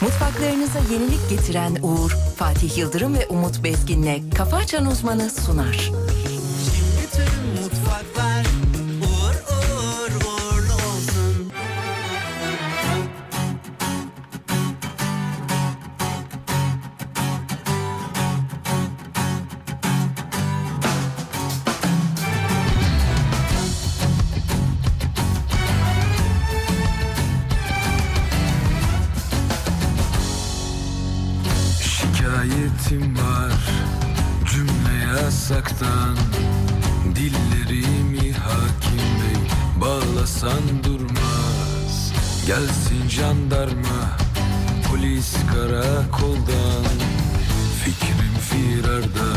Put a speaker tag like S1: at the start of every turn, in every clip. S1: Mutfaklarınıza yenilik getiren Uğur, Fatih Yıldırım ve Umut Bezgin'le Kafa Açan Uzmanı sunar.
S2: Bütün mutfaklar uğur uğur uğurlu olsun.
S3: Şikayetim var cümle yasaktan Dillerimi hakim bey bağlasan durmaz Gelsin jandarma polis karakoldan Fikrim firarda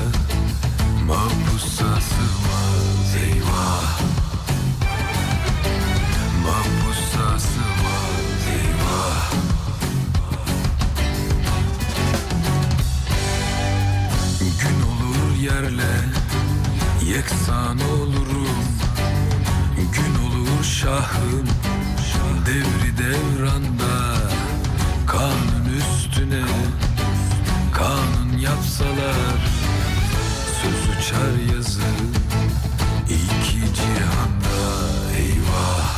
S3: mahpusa sığmaz Eyvah mahpusa sığmaz Eyvah Gün olur yerle yeksan olurum Gün olur şahım devri devranda Kanun üstüne kanun yapsalar Söz uçar yazı iki cihanda eyvah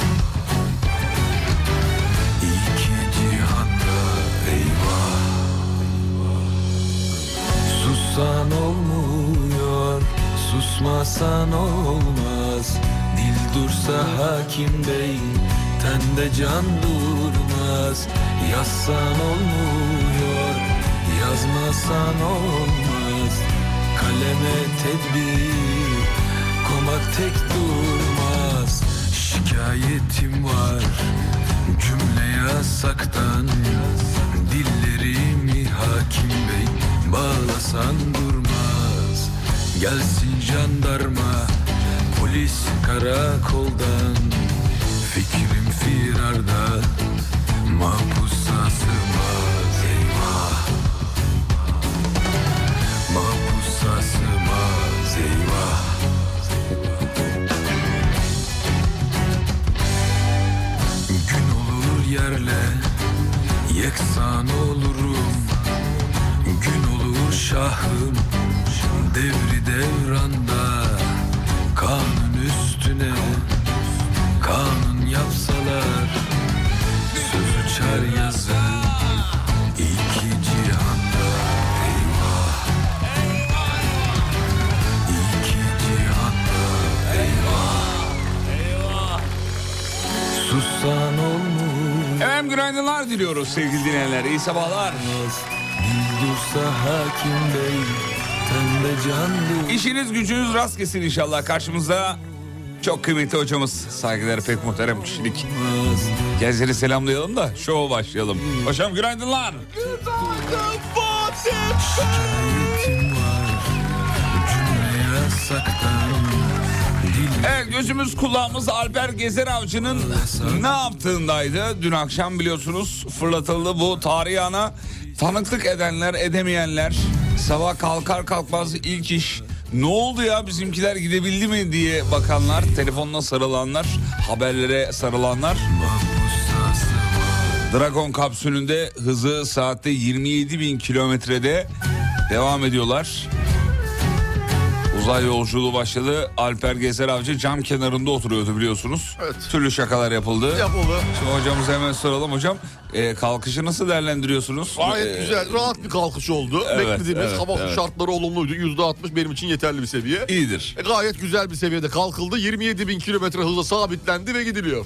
S3: İki cihanda eyvah Sussan olmuyor, susmasan olmaz Dil dursa hakim bey, tende can durmaz Yazsan olmuyor, yazmasan olmaz Kaleme tedbir, komak tek durmaz Şikayetim var, cümle yasaktan Dillerimi hakim bey bağlasan durmaz Gelsin jandarma polis karakoldan Fikrim firarda mahpusa sığmaz eyvah Mahpusa sığmaz eyvah Gün olur yerle yeksan olurum Gün olur şahım devri devranda Kanun üstüne kanun yapsalar Söz uçar yazı iki cihanda Eyvah İki cihanda eyvah Sussan olmuş
S4: Efendim günaydınlar diliyoruz sevgili dinleyenler. İyi sabahlar.
S3: Dursa hakim bey Tende can dur
S4: İşiniz gücünüz rast gitsin inşallah. Karşımızda çok kıymetli hocamız. Saygılar pek muhterem kişilik. Gençleri selamlayalım da şova başlayalım. Hocam günaydınlar.
S3: Şikayetim var Cümle yasaktan Dil
S4: Evet gözümüz kulağımız Alper Gezer Avcı'nın ne yaptığındaydı. Dün akşam biliyorsunuz fırlatıldı bu tarihi ana. Tanıklık edenler edemeyenler sabah kalkar kalkmaz ilk iş ne oldu ya bizimkiler gidebildi mi diye bakanlar, telefonla sarılanlar, haberlere sarılanlar. Dragon kapsülünde hızı saatte 27 bin kilometrede devam ediyorlar. Uzay yolculuğu başladı. Alper Gezer Avcı cam kenarında oturuyordu biliyorsunuz.
S5: Evet.
S4: Türlü şakalar yapıldı.
S5: Yapıldı.
S4: Şimdi hocamıza hemen soralım hocam. e, kalkışı nasıl değerlendiriyorsunuz?
S5: Gayet
S4: E,
S5: güzel, rahat bir kalkış oldu.
S4: evet,
S5: Beklediğimiz
S4: evet,
S5: hava
S4: evet.
S5: şartları olumluydu. %60 benim için yeterli bir seviye.
S4: İyidir.
S5: E, gayet güzel bir seviyede kalkıldı. 27 bin kilometre hızla sabitlendi ve gidiliyor.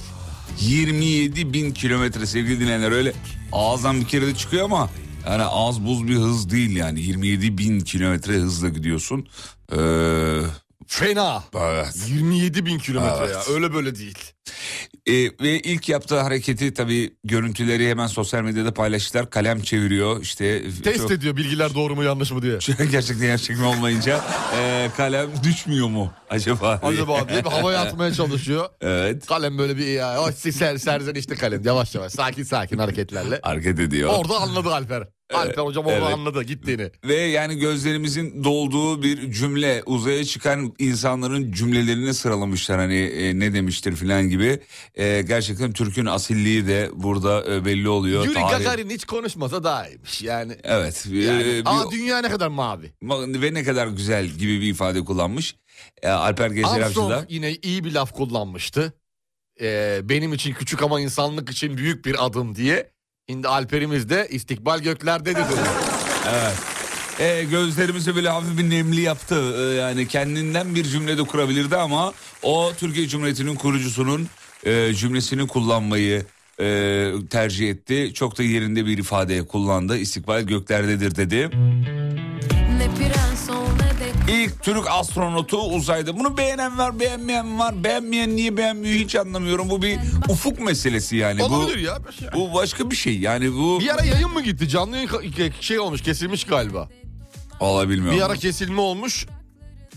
S4: 27 bin kilometre sevgili dinleyenler öyle ağızdan bir kere de çıkıyor ama yani az buz bir hız değil yani 27 bin kilometre hızla gidiyorsun. Ee,
S5: Fena.
S4: evet.
S5: 27 bin kilometre
S4: Evet.
S5: ya. Öyle böyle değil.
S4: Ee, ve ilk yaptığı hareketi tabii görüntüleri hemen sosyal medyada paylaştılar. Kalem çeviriyor işte.
S5: Test
S4: çok-
S5: ediyor bilgiler doğru mu yanlış mı diye.
S4: Gerçekten gerçek mi olmayınca ee, kalem düşmüyor mu acaba? diye.
S5: Acaba diye bir havaya atmaya çalışıyor.
S4: Evet.
S5: Kalem böyle bir ya. O ser, serzen işte kalem. Yavaş yavaş sakin sakin hareketlerle.
S4: Hareket ediyor.
S5: Orada anladı Alper. Alper hocam onu
S4: evet.
S5: anladı gittiğini.
S4: Ve yani gözlerimizin dolduğu bir cümle uzaya çıkan insanların cümlelerini sıralamışlar hani e, ne demiştir filan gibi. E, gerçekten Türk'ün asilliği de burada e, belli oluyor.
S5: Yuri
S4: Tarih-
S5: Gagarin hiç konuşmasa daha iyiymiş yani.
S4: Evet. e,
S5: yani
S4: bir-
S5: Aa dünya ne kadar mavi.
S4: ve ne kadar güzel gibi bir ifade kullanmış. E, Alper Gezer Avcı
S5: Armstrong
S4: da.
S5: yine iyi bir laf kullanmıştı. Ee, benim için küçük ama insanlık için büyük bir adım diye. Şimdi Alper'imiz de istikbal göklerde dedi.
S4: E, gözlerimizi böyle hafif bir nemli yaptı. E, yani kendinden bir cümlede kurabilirdi ama o Türkiye Cumhuriyeti'nin kurucusunun e, cümlesini kullanmayı e, tercih etti. Çok da yerinde bir ifade kullandı. İstikbal göklerdedir dedi. İlk Türk astronotu uzayda. Bunu beğenen var, beğenmeyen var. Beğenmeyen niye beğenmiyor hiç anlamıyorum. Bu bir ufuk meselesi yani. Bu,
S5: Olabilir ya.
S4: bu başka bir şey. Yani bu
S5: Bir ara yayın mı gitti? Canlı yayın ka- şey olmuş kesilmiş galiba.
S4: olabilmiyor.
S5: Bir ara kesilme olmuş.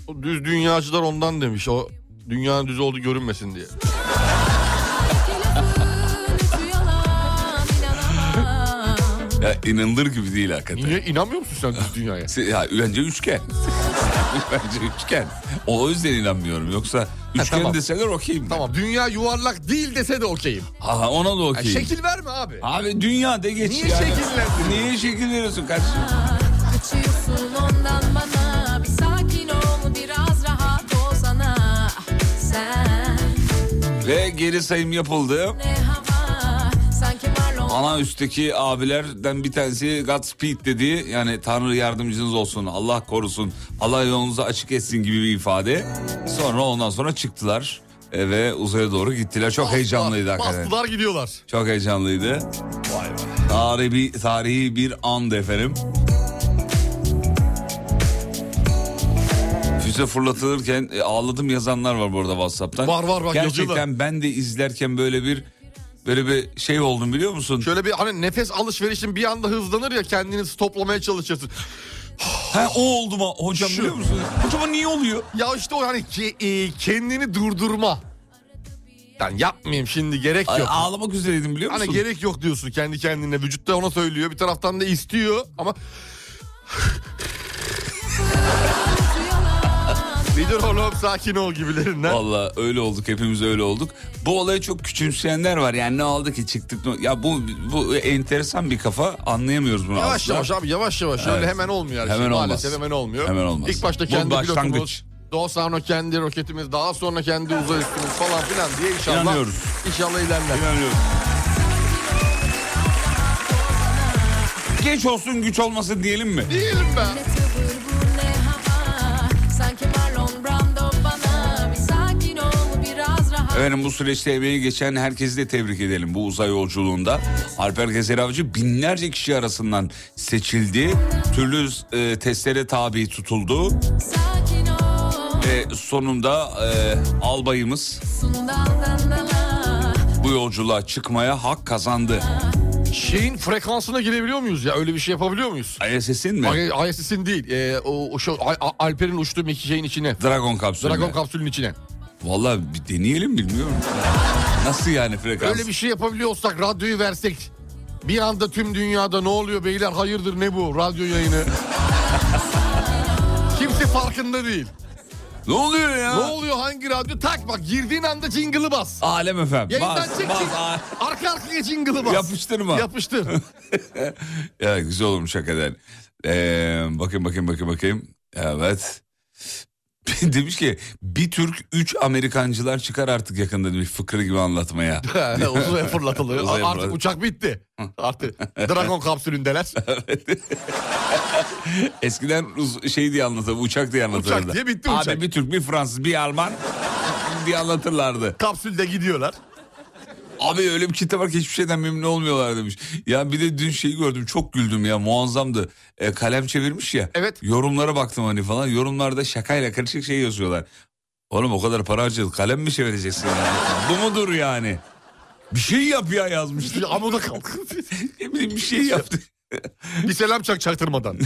S5: O düz dünyacılar ondan demiş. O dünyanın düz olduğu görünmesin diye.
S4: Ya inanılır gibi değil hakikaten.
S5: Niye inanmıyor musun sen düz dünyaya?
S4: Se- Ya, bence üçgen. bence üçgen. O yüzden inanmıyorum. Yoksa üçgen
S5: tamam.
S4: deseler okeyim. ben.
S5: tamam dünya yuvarlak değil dese de okeyim.
S4: Ha, ona da
S5: Ya
S4: okeyim.
S5: şekil verme abi.
S4: Abi dünya de geç
S5: Niye
S4: yani.
S5: şekillendiriyorsun?
S4: Niye şekilleniyorsun kardeşim?
S6: Kaçıyorsun ondan bana Bir sakin ol biraz rahat ol sana Sen
S4: Ve geri sayım yapıldı.
S6: ne hava Sanki Marlon
S4: Ana üstteki abilerden bir tanesi Godspeed dedi. Yani Tanrı yardımcınız olsun, Allah korusun, Allah yolunuzu açık etsin gibi bir ifade. Sonra ondan sonra çıktılar e, ve uzaya doğru gittiler. Çok heyecanlıydı hakikaten.
S5: Bastılar gidiyorlar.
S4: Çok heyecanlıydı. Tarihi bir, tarihi bir andı efendim. Füze fırlatılırken e, ağladım yazanlar var burada WhatsApp'tan.
S5: Var, var, var,
S4: Gerçekten
S5: yazıyorlar.
S4: ben de izlerken böyle bir böyle bir şey oldum biliyor musun?
S5: Şöyle bir hani nefes alışverişin bir anda hızlanır ya kendini stoplamaya çalışırsın.
S4: Ha o oldu mu hocam
S5: Şu.
S4: biliyor musun? Hocam o niye oluyor?
S5: Ya işte o hani ke- e, kendini durdurma. Yani yapmayayım şimdi gerek
S4: Ay,
S5: yok.
S4: ağlamak üzereydim biliyor musun?
S5: Hani gerek yok diyorsun kendi kendine. Vücut da ona söylüyor. Bir taraftan da istiyor ama... bir dur oğlum sakin ol gibilerinden.
S4: Valla öyle olduk hepimiz öyle olduk. Bu olaya çok küçümseyenler var yani ne aldı ki çıktık ne- Ya bu bu enteresan bir kafa anlayamıyoruz bunu
S5: Yavaş
S4: asla.
S5: yavaş abi yavaş yavaş. Öyle hemen olmuyor. her şey.
S4: Hemen olmaz.
S5: Maalesef hemen olmuyor.
S4: Hemen olmaz.
S5: İlk başta
S4: Bu
S5: kendi
S4: başlangıç.
S5: pilotumuz. Daha sonra kendi roketimiz, daha sonra kendi uzay üstümüz falan filan diye inşallah.
S4: İnanıyoruz.
S5: İnşallah ilerler.
S4: İnanıyorum. Geç olsun güç olmasın diyelim mi?
S5: Değilim ben.
S6: ne tavır bu ne hava Sanki Marlon Brando bana Bir sakin ol biraz rahat
S4: Efendim bu süreçte emeği geçen herkesi de tebrik edelim bu uzay yolculuğunda. Alper Gezer Avcı binlerce kişi arasından seçildi. Türlü e, testlere tabi tutuldu.
S6: Sakin ol
S4: Ve sonunda e, albayımız
S6: Sundan dandala
S4: bu yolculuğa çıkmaya hak kazandı.
S5: Şeyin frekansına girebiliyor muyuz ya? Öyle bir şey yapabiliyor muyuz?
S4: ISS'in mi?
S5: Ay- ISS'in değil. Ee, o, o şu Al- Al- Alper'in uçtuğu iki şeyin içine.
S4: Dragon kapsülü.
S5: Dragon
S4: Dragon
S5: kapsülün içine.
S4: Vallahi bir deneyelim bilmiyorum. Nasıl yani frekans?
S5: Öyle bir şey yapabiliyorsak radyoyu versek. Bir anda tüm dünyada ne oluyor beyler hayırdır ne bu radyo yayını. Kimse farkında değil.
S4: Ne oluyor ya?
S5: Ne oluyor hangi radyo? Tak bak girdiğin anda jingle'ı bas.
S4: Alem efendim.
S5: Yayından
S4: Bas,
S5: çek.
S4: bas,
S5: jing-
S4: a-
S5: Arka arkaya jingle'ı bas.
S4: Yapıştırma.
S5: Yapıştır.
S4: ya güzel olmuş hakikaten. Ee, bakayım bakayım bakayım bakayım. Evet. Demiş ki bir Türk üç Amerikancılar çıkar artık yakında demiş fıkra gibi anlatmaya.
S5: Uzaya fırlatılıyor.
S4: Uzaya
S5: Artık
S4: fırlat-
S5: uçak bitti. Artık Dragon kapsülündeler.
S4: Eskiden uz- şey diye anlatırdı uçak diye anlatırdı.
S5: Uçak diye bitti uçak.
S4: Abi bir Türk bir Fransız bir Alman diye anlatırlardı.
S5: Kapsülde gidiyorlar.
S4: Abi öyle bir kitle var ki hiçbir şeyden memnun olmuyorlar demiş. Ya bir de dün şeyi gördüm çok güldüm ya muazzamdı. E, kalem çevirmiş ya.
S5: Evet.
S4: Yorumlara baktım hani falan. Yorumlarda şakayla karışık şey yazıyorlar. Oğlum o kadar para harcadık kalem mi çevireceksin yani? Bu mudur yani? Bir şey yap ya yazmış.
S5: Bir Amuda kalk.
S4: Ne bileyim bir şey yaptı.
S5: bir selam çak çaktırmadan.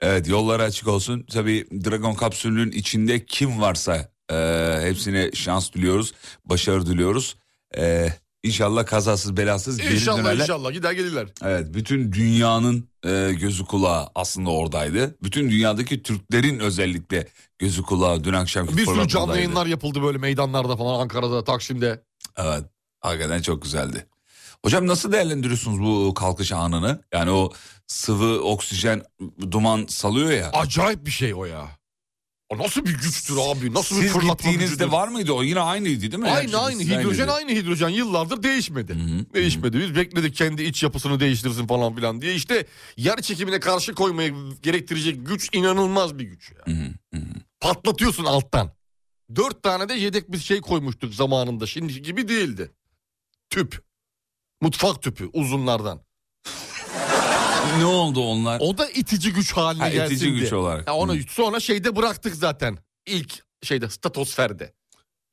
S4: Evet yolları açık olsun. Tabii Dragon kapsülünün içinde kim varsa e, hepsine şans diliyoruz. Başarı diliyoruz. E, İnşallah kazasız belasız geri
S5: İnşallah
S4: dönerler.
S5: inşallah gider gelirler.
S4: Evet bütün dünyanın e, gözü kulağı aslında oradaydı. Bütün dünyadaki Türklerin özellikle gözü kulağı dün akşamki
S5: Bir sürü canlı
S4: programdaydı.
S5: yayınlar yapıldı böyle meydanlarda falan Ankara'da, Taksim'de.
S4: Evet hakikaten çok güzeldi. Hocam nasıl değerlendiriyorsunuz bu kalkış anını? Yani o sıvı oksijen duman salıyor ya.
S5: Acayip bir şey o ya. O nasıl bir güçtür abi? Nasıl bir
S4: Siz
S5: fırlatma
S4: gittiğinizde
S5: gücüdür?
S4: var mıydı o? Yine aynıydı değil mi? Hepsi
S5: Aynı aynı
S4: sizin
S5: hidrojen
S4: aynıydı.
S5: aynı hidrojen yıllardır değişmedi.
S4: Hı hı.
S5: Değişmedi. Biz bekledik kendi iç yapısını değiştirsin falan filan diye. İşte yer çekimine karşı koymayı gerektirecek güç inanılmaz bir güç ya.
S4: Hı hı, hı hı.
S5: Patlatıyorsun alttan. Dört tane de yedek bir şey koymuştuk zamanında. Şimdiki gibi değildi. Tüp. Mutfak tüpü uzunlardan.
S4: Ne oldu onlar?
S5: O da itici güç haline
S4: Ha,
S5: gelsin
S4: itici güç
S5: diye.
S4: olarak.
S5: Ya onu
S4: Hı,
S5: sonra şeyde bıraktık zaten. İlk şeyde statosferde.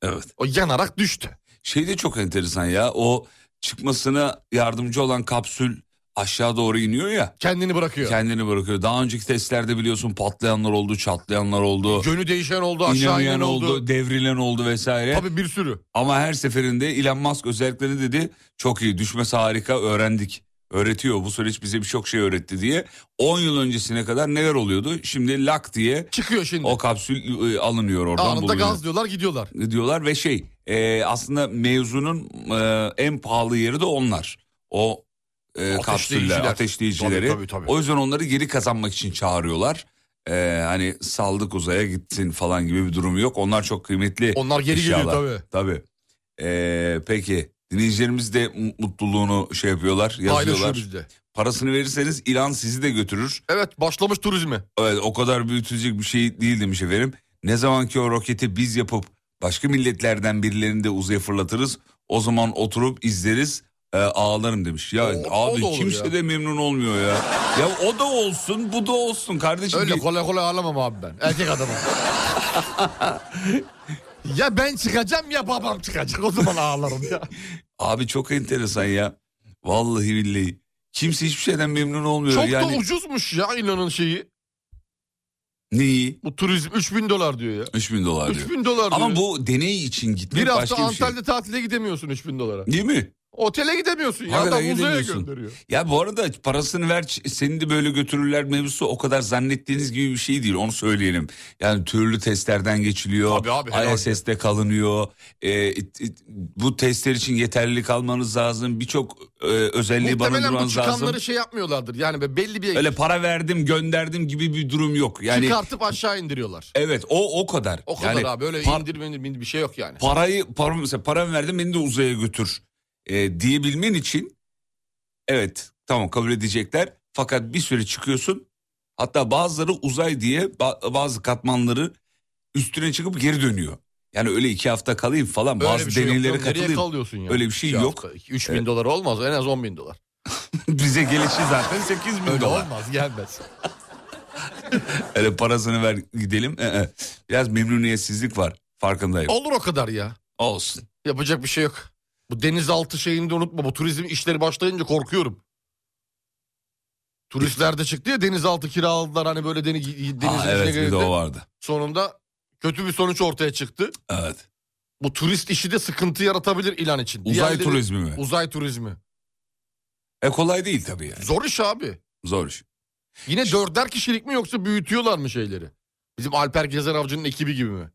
S4: Evet.
S5: O yanarak düştü.
S4: Şey de çok enteresan ya. O çıkmasına yardımcı olan kapsül aşağı doğru iniyor ya.
S5: Kendini bırakıyor.
S4: Kendini bırakıyor. Daha önceki testlerde biliyorsun patlayanlar oldu, çatlayanlar oldu.
S5: Yönü değişen oldu, aşağı
S4: İnemeyen
S5: inen
S4: oldu,
S5: oldu.
S4: devrilen oldu vesaire.
S5: Tabii bir sürü.
S4: Ama her seferinde Elon Musk özellikle ne dedi? Çok iyi, düşmesi harika, öğrendik. Öğretiyor, bu süreç bize birçok şey öğretti diye. 10 yıl öncesine kadar neler oluyordu? Şimdi lak diye
S5: Çıkıyor şimdi.
S4: o kapsül e, alınıyor oradan
S5: Anında
S4: bulunuyor.
S5: gazlıyorlar gidiyorlar.
S4: diyorlar ve şey e, aslında mevzunun e, en pahalı yeri de onlar. O e, kapsüller,
S5: Ateşleyiciler.
S4: ateşleyicileri.
S5: Tabii, tabii, tabii.
S4: O yüzden onları geri kazanmak için çağırıyorlar. E, hani saldık uzaya gitsin falan gibi bir durum yok. Onlar çok kıymetli.
S5: Onlar geri geliyor
S4: eşyalar.
S5: tabii.
S4: Tabii. E, peki dinleyicilerimiz de mu- mutluluğunu şey yapıyorlar,
S5: Paylaşıyor
S4: yazıyorlar.
S5: bizde.
S4: Parasını verirseniz ilan sizi de götürür.
S5: Evet başlamış turizmi.
S4: Evet o kadar büyütülecek bir şey değil demiş efendim. Ne zaman ki o roketi biz yapıp başka milletlerden birilerini de uzaya fırlatırız. O zaman oturup izleriz e, ağlarım demiş. Ya
S5: O- o
S4: abi
S5: da olur
S4: kimse
S5: ya.
S4: de memnun olmuyor ya. ya o da olsun bu da olsun kardeşim.
S5: Öyle
S4: Bir-
S5: kolay kolay ağlamam abi ben. Erkek adamım. ya ben çıkacağım ya babam çıkacak. O zaman ağlarım ya.
S4: Abi çok enteresan ya. Vallahi billahi. Kimse hiçbir şeyden memnun olmuyor.
S5: Çok
S4: Ee, yani
S5: da ucuzmuş ya inanın şeyi.
S4: neyi?
S5: Bu turizm 3000 dolar diyor ya.
S4: 3000 dolar diyor.
S5: 3000 dolar diyor.
S4: Ama bu deney için gitmek
S5: bir hafta
S4: başka bir şey.
S5: Antalya'da tatile gidemiyorsun 3000 dolara.
S4: Değil mi?
S5: Otele gidemiyorsun ya.
S4: Hakikaten
S5: Adam uzaya
S4: gidemiyorsun.
S5: gönderiyor.
S4: Ya bu arada parasını ver ç- seni de böyle götürürler mevzusu o kadar zannettiğiniz gibi bir şey değil onu söyleyelim. Yani türlü testlerden geçiliyor.
S5: Tabii abi, herhalde.
S4: ISS'te kalınıyor. Ee, it- it- bu testler için yeterlilik almanız lazım. Birçok e, özelliği
S5: Muhtemelen bu
S4: barındırmanız
S5: çıkanları
S4: lazım.
S5: şey yapmıyorlardır. Yani be- belli bir
S4: Öyle para verdim gönderdim gibi bir durum yok. Yani
S5: çıkartıp aşağı indiriyorlar.
S4: evet o o kadar.
S5: O kadar
S4: Yani
S5: abi öyle
S4: par-
S5: indirme indirme bir şey yok yani.
S4: parayı para mesela param verdim beni de uzaya götür e, diyebilmen için evet tamam kabul edecekler fakat bir süre çıkıyorsun hatta bazıları uzay diye ba- bazı katmanları üstüne çıkıp geri dönüyor. Yani öyle iki hafta kalayım falan
S5: Öyle
S4: bazı
S5: bir şey yok
S4: deneylere
S5: canım. Nereye
S4: katılayım.
S5: kalıyorsun ya?
S4: Öyle bir şey yok.
S5: 3000 dolar olmaz en az 10 bin dolar.
S4: Bize gelişi zaten 8 bin
S5: Öyle
S4: dolar.
S5: olmaz gelmez.
S4: Öyle parasını ver gidelim. Ee, e. Biraz memnuniyetsizlik var farkındayım.
S5: Olur o kadar ya.
S4: Olsun.
S5: Yapacak bir şey yok. Bu denizaltı şeyini de unutma. Bu turizm işleri başlayınca korkuyorum. Turistler de çıktı ya denizaltı kiraladılar hani böyle deniz, denizin
S4: Aa,
S5: içine
S4: evet bir
S5: girildi.
S4: de o vardı.
S5: Sonunda kötü bir sonuç ortaya çıktı.
S4: Evet.
S5: Bu turist işi de sıkıntı yaratabilir ilan için.
S4: Uzay
S5: Diğerleri-
S4: turizmi mi?
S5: Uzay turizmi.
S4: E kolay değil tabii yani.
S5: Zor iş abi.
S4: Zor iş.
S5: Yine dörder kişilik mi yoksa büyütüyorlar mı şeyleri? Bizim Alper Gezer Avcı'nın ekibi gibi mi?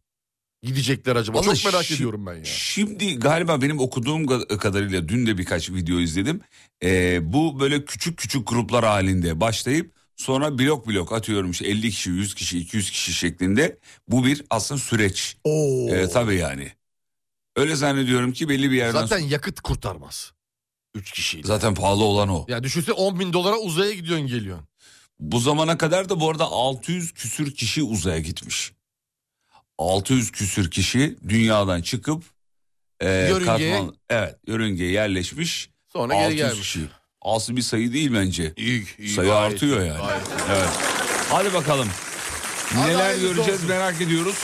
S5: Gidecekler acaba?
S4: Vallahi
S5: Çok merak
S4: şi-
S5: ediyorum ben ya.
S4: Şimdi galiba benim okuduğum ga- kadarıyla dün de birkaç video izledim. Ee, bu böyle küçük küçük gruplar halinde başlayıp sonra blok blok atıyorum işte 50 kişi, 100 kişi, 200 kişi şeklinde. Bu bir aslında süreç.
S5: Oo.
S4: Ee, tabii yani. Öyle zannediyorum ki belli bir yerden
S5: Zaten
S4: zaten,
S5: yakıt kurtarmaz. Üç kişiyle.
S4: zaten pahalı olan o.
S5: Ya düşünse 10 bin dolara uzaya gidiyorsun geliyorsun.
S4: Bu zamana kadar da bu arada 600 küsür kişi uzaya gitmiş. 600 küsür kişi dünyadan çıkıp e,
S5: Yörüngeye-
S4: katman- evet, yörüngeye yerleşmiş.
S5: Sonra geri
S4: 600
S5: gelmiş.
S4: kişi. Az bir sayı değil bence.
S5: İyi, iyi,
S4: sayı
S5: gayet
S4: artıyor
S5: iyi,
S4: yani.
S5: gayet iyi.
S4: Evet. Hadi bakalım.
S5: Hadi
S4: Neler
S5: hayırlısı
S4: göreceğiz
S5: olsun.
S4: merak ediyoruz.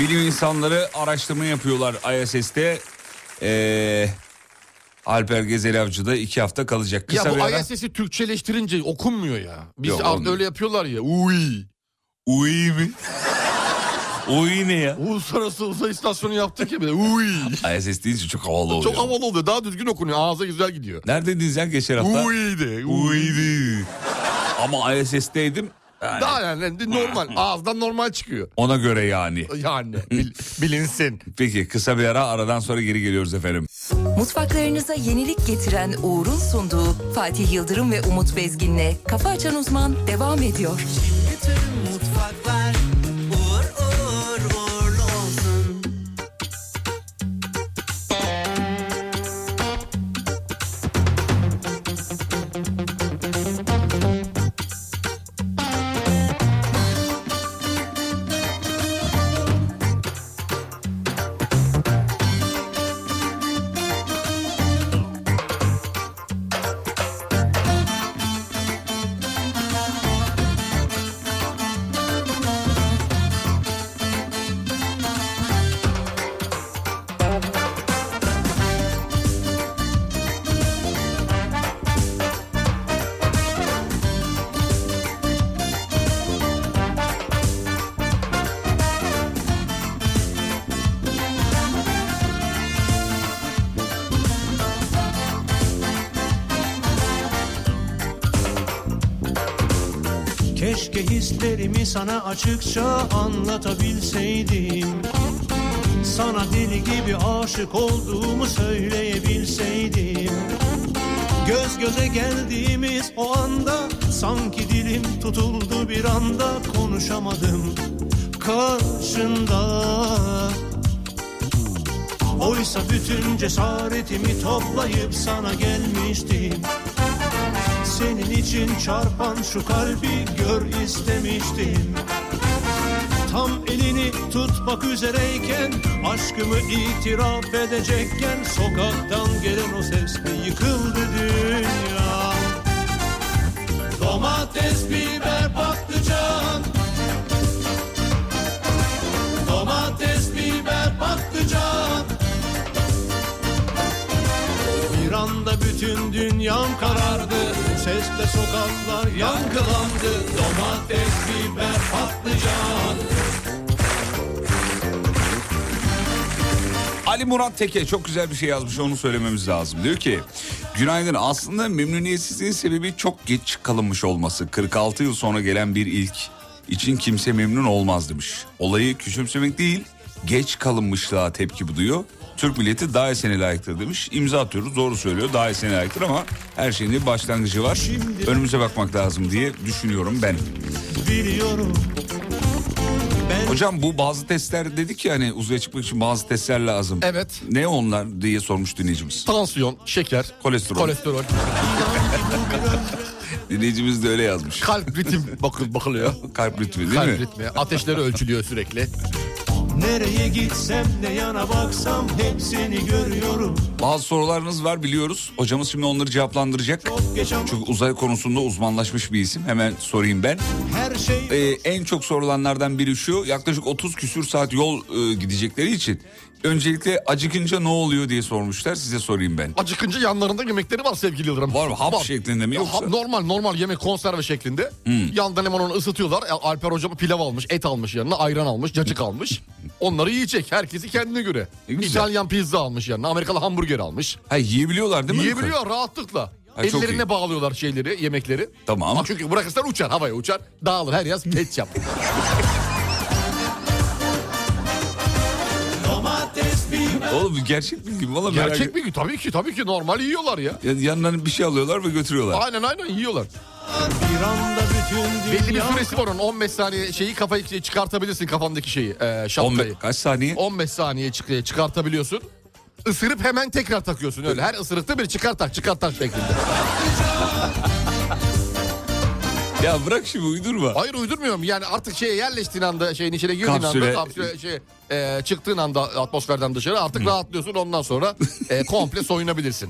S4: Bilim insanları araştırma yapıyorlar ISS'te. Ee, Alper Gezer Avcı da iki hafta kalacak. Kısa
S5: ya
S4: bir
S5: bu
S4: ara.
S5: ISS'i Türkçeleştirince okunmuyor ya. Biz
S4: Yok,
S5: alt-
S4: olmuyor.
S5: öyle yapıyorlar ya. Uy.
S4: Uy mi? Uy ne ya?
S5: Uluslararası uzay istasyonu yaptık ya bir de. Uy.
S4: ISS deyince çok havalı oluyor.
S5: Çok havalı oluyor. Daha düzgün okunuyor. Ağza güzel gidiyor.
S4: Neredeydiniz ya geçen hafta?
S5: Uydi.
S4: Uydu. Ama ISS'teydim. Yani
S5: Daha yani normal. Ağızdan normal çıkıyor.
S4: Ona göre yani.
S5: Yani bil- bilinsin.
S4: Peki kısa bir ara aradan sonra geri geliyoruz efendim.
S1: Mutfaklarınıza yenilik getiren Uğur'un sunduğu Fatih Yıldırım ve Umut Bezgin'le Kafa Açan Uzman devam ediyor.
S7: Bütün mutfaklar uğur uğur uğurlu olsun.
S8: Keşke hislerimi sana açıkça anlatabilseydim Sana deli gibi aşık olduğumu söyleyebilseydim Göz göze geldiğimiz o anda Sanki dilim tutuldu bir anda konuşamadım Karşında Oysa bütün cesaretimi toplayıp sana gelmiştim senin için çarpan şu kalbi gör istemiştim Tam elini tutmak üzereyken Aşkımı itiraf edecekken Sokaktan gelen o sesle yıkıldı dünya Domates, biber, patlıcan Domates, biber, patlıcan bir anda bütün dünyam karardı Sesle sokaklar yankılandı Domates, biber, patlıcan
S4: Ali Murat Teke çok güzel bir şey yazmış onu söylememiz lazım. Diyor ki günaydın aslında memnuniyetsizliğin sebebi çok geç kalınmış olması. 46 yıl sonra gelen bir ilk için kimse memnun olmaz demiş. Olayı küçümsemek değil geç kalınmışlığa tepki duyuyor. Türk milleti daha esene layıktır demiş. İmza atıyoruz doğru söylüyor daha esene layıktır ama her şeyin de bir başlangıcı var. Önümüze bakmak lazım diye düşünüyorum ben.
S8: Biliyorum
S4: Hocam bu bazı testler dedik ya hani uzaya çıkmak için bazı testler lazım.
S5: Evet.
S4: Ne onlar diye sormuş dinleyicimiz.
S5: Tansiyon, şeker,
S4: Kolesterol.
S5: kolesterol,
S4: Dinleyicimiz de öyle yazmış.
S5: kalp ritim bakıl bakılıyor.
S4: Kalp ritmi değil
S5: kalp
S4: mi?
S5: ritmi, ateşleri ölçülüyor sürekli.
S8: Nereye gitsem ne yana baksam Hep seni görüyorum
S4: Bazı sorularınız var biliyoruz. Hocamız şimdi onları cevaplandıracak.
S8: Çok geç ama
S4: Çünkü uzay konusunda uzmanlaşmış bir isim. Hemen sorayım ben.
S8: her şey
S4: Ee, en çok sorulanlardan biri şu. Yaklaşık 30 küsür saat yol e, gidecekleri için öncelikle acıkınca ne oluyor diye sormuşlar. Size sorayım ben.
S5: Acıkınca yanlarında yemekleri var sevgili Yıldırım.
S4: Var mı? Hap şeklinde mi yoksa? Hmm.
S5: Hap- normal normal yemek konserve şeklinde. Yandan hemen onu ısıtıyorlar. E, Alper hocam pilav almış, et almış yanına, ayran almış, cacık almış. Onları yiyecek. Herkesi kendine göre.
S4: Hmm. E, güzel.
S5: İtalyan pizza almış yanına, Amerikalı hamburger almış.
S4: Ha yiyebiliyorlar değil mi?
S5: Yiyebiliyor rahatlıkla.
S4: Ha, çok
S5: Ellerine
S4: iyi.
S5: bağlıyorlar şeyleri, yemekleri.
S4: Tamam.
S5: Çünkü bırakırsan uçar, havaya uçar. Dağılır her yaz ketçap.
S8: domates, biber
S4: Oğlum bu gerçek bilgi mi? Valla merak
S5: Gerçek mi? Tabii ki, tabii ki. Normal yiyorlar ya.
S4: Ya- Yanlarına bir şey alıyorlar ve götürüyorlar.
S5: Aynen aynen yiyorlar.
S8: Bir anda bütün dünya
S5: Belli bir süresi var onun. 15 saniye şeyi kafayı şey çıkartabilirsin kafandaki şeyi, e,
S4: On
S5: şapkayı.
S4: kaç saniye?
S5: 15 saniye çık- çıkartabiliyorsun. Isırıp hemen tekrar takıyorsun öyle. Her ısırıkta bir çıkar tak çıkar tak şeklinde.
S4: Ya bırak şimdi uydurma.
S5: Hayır uydurmuyorum yani artık şeye yerleştiğin anda şeyin içine girdiğin
S4: Kapsüle.
S5: anda kapsüle şey, e, çıktığın anda atmosferden dışarı artık rahatlıyorsun ondan sonra e, komple soyunabilirsin.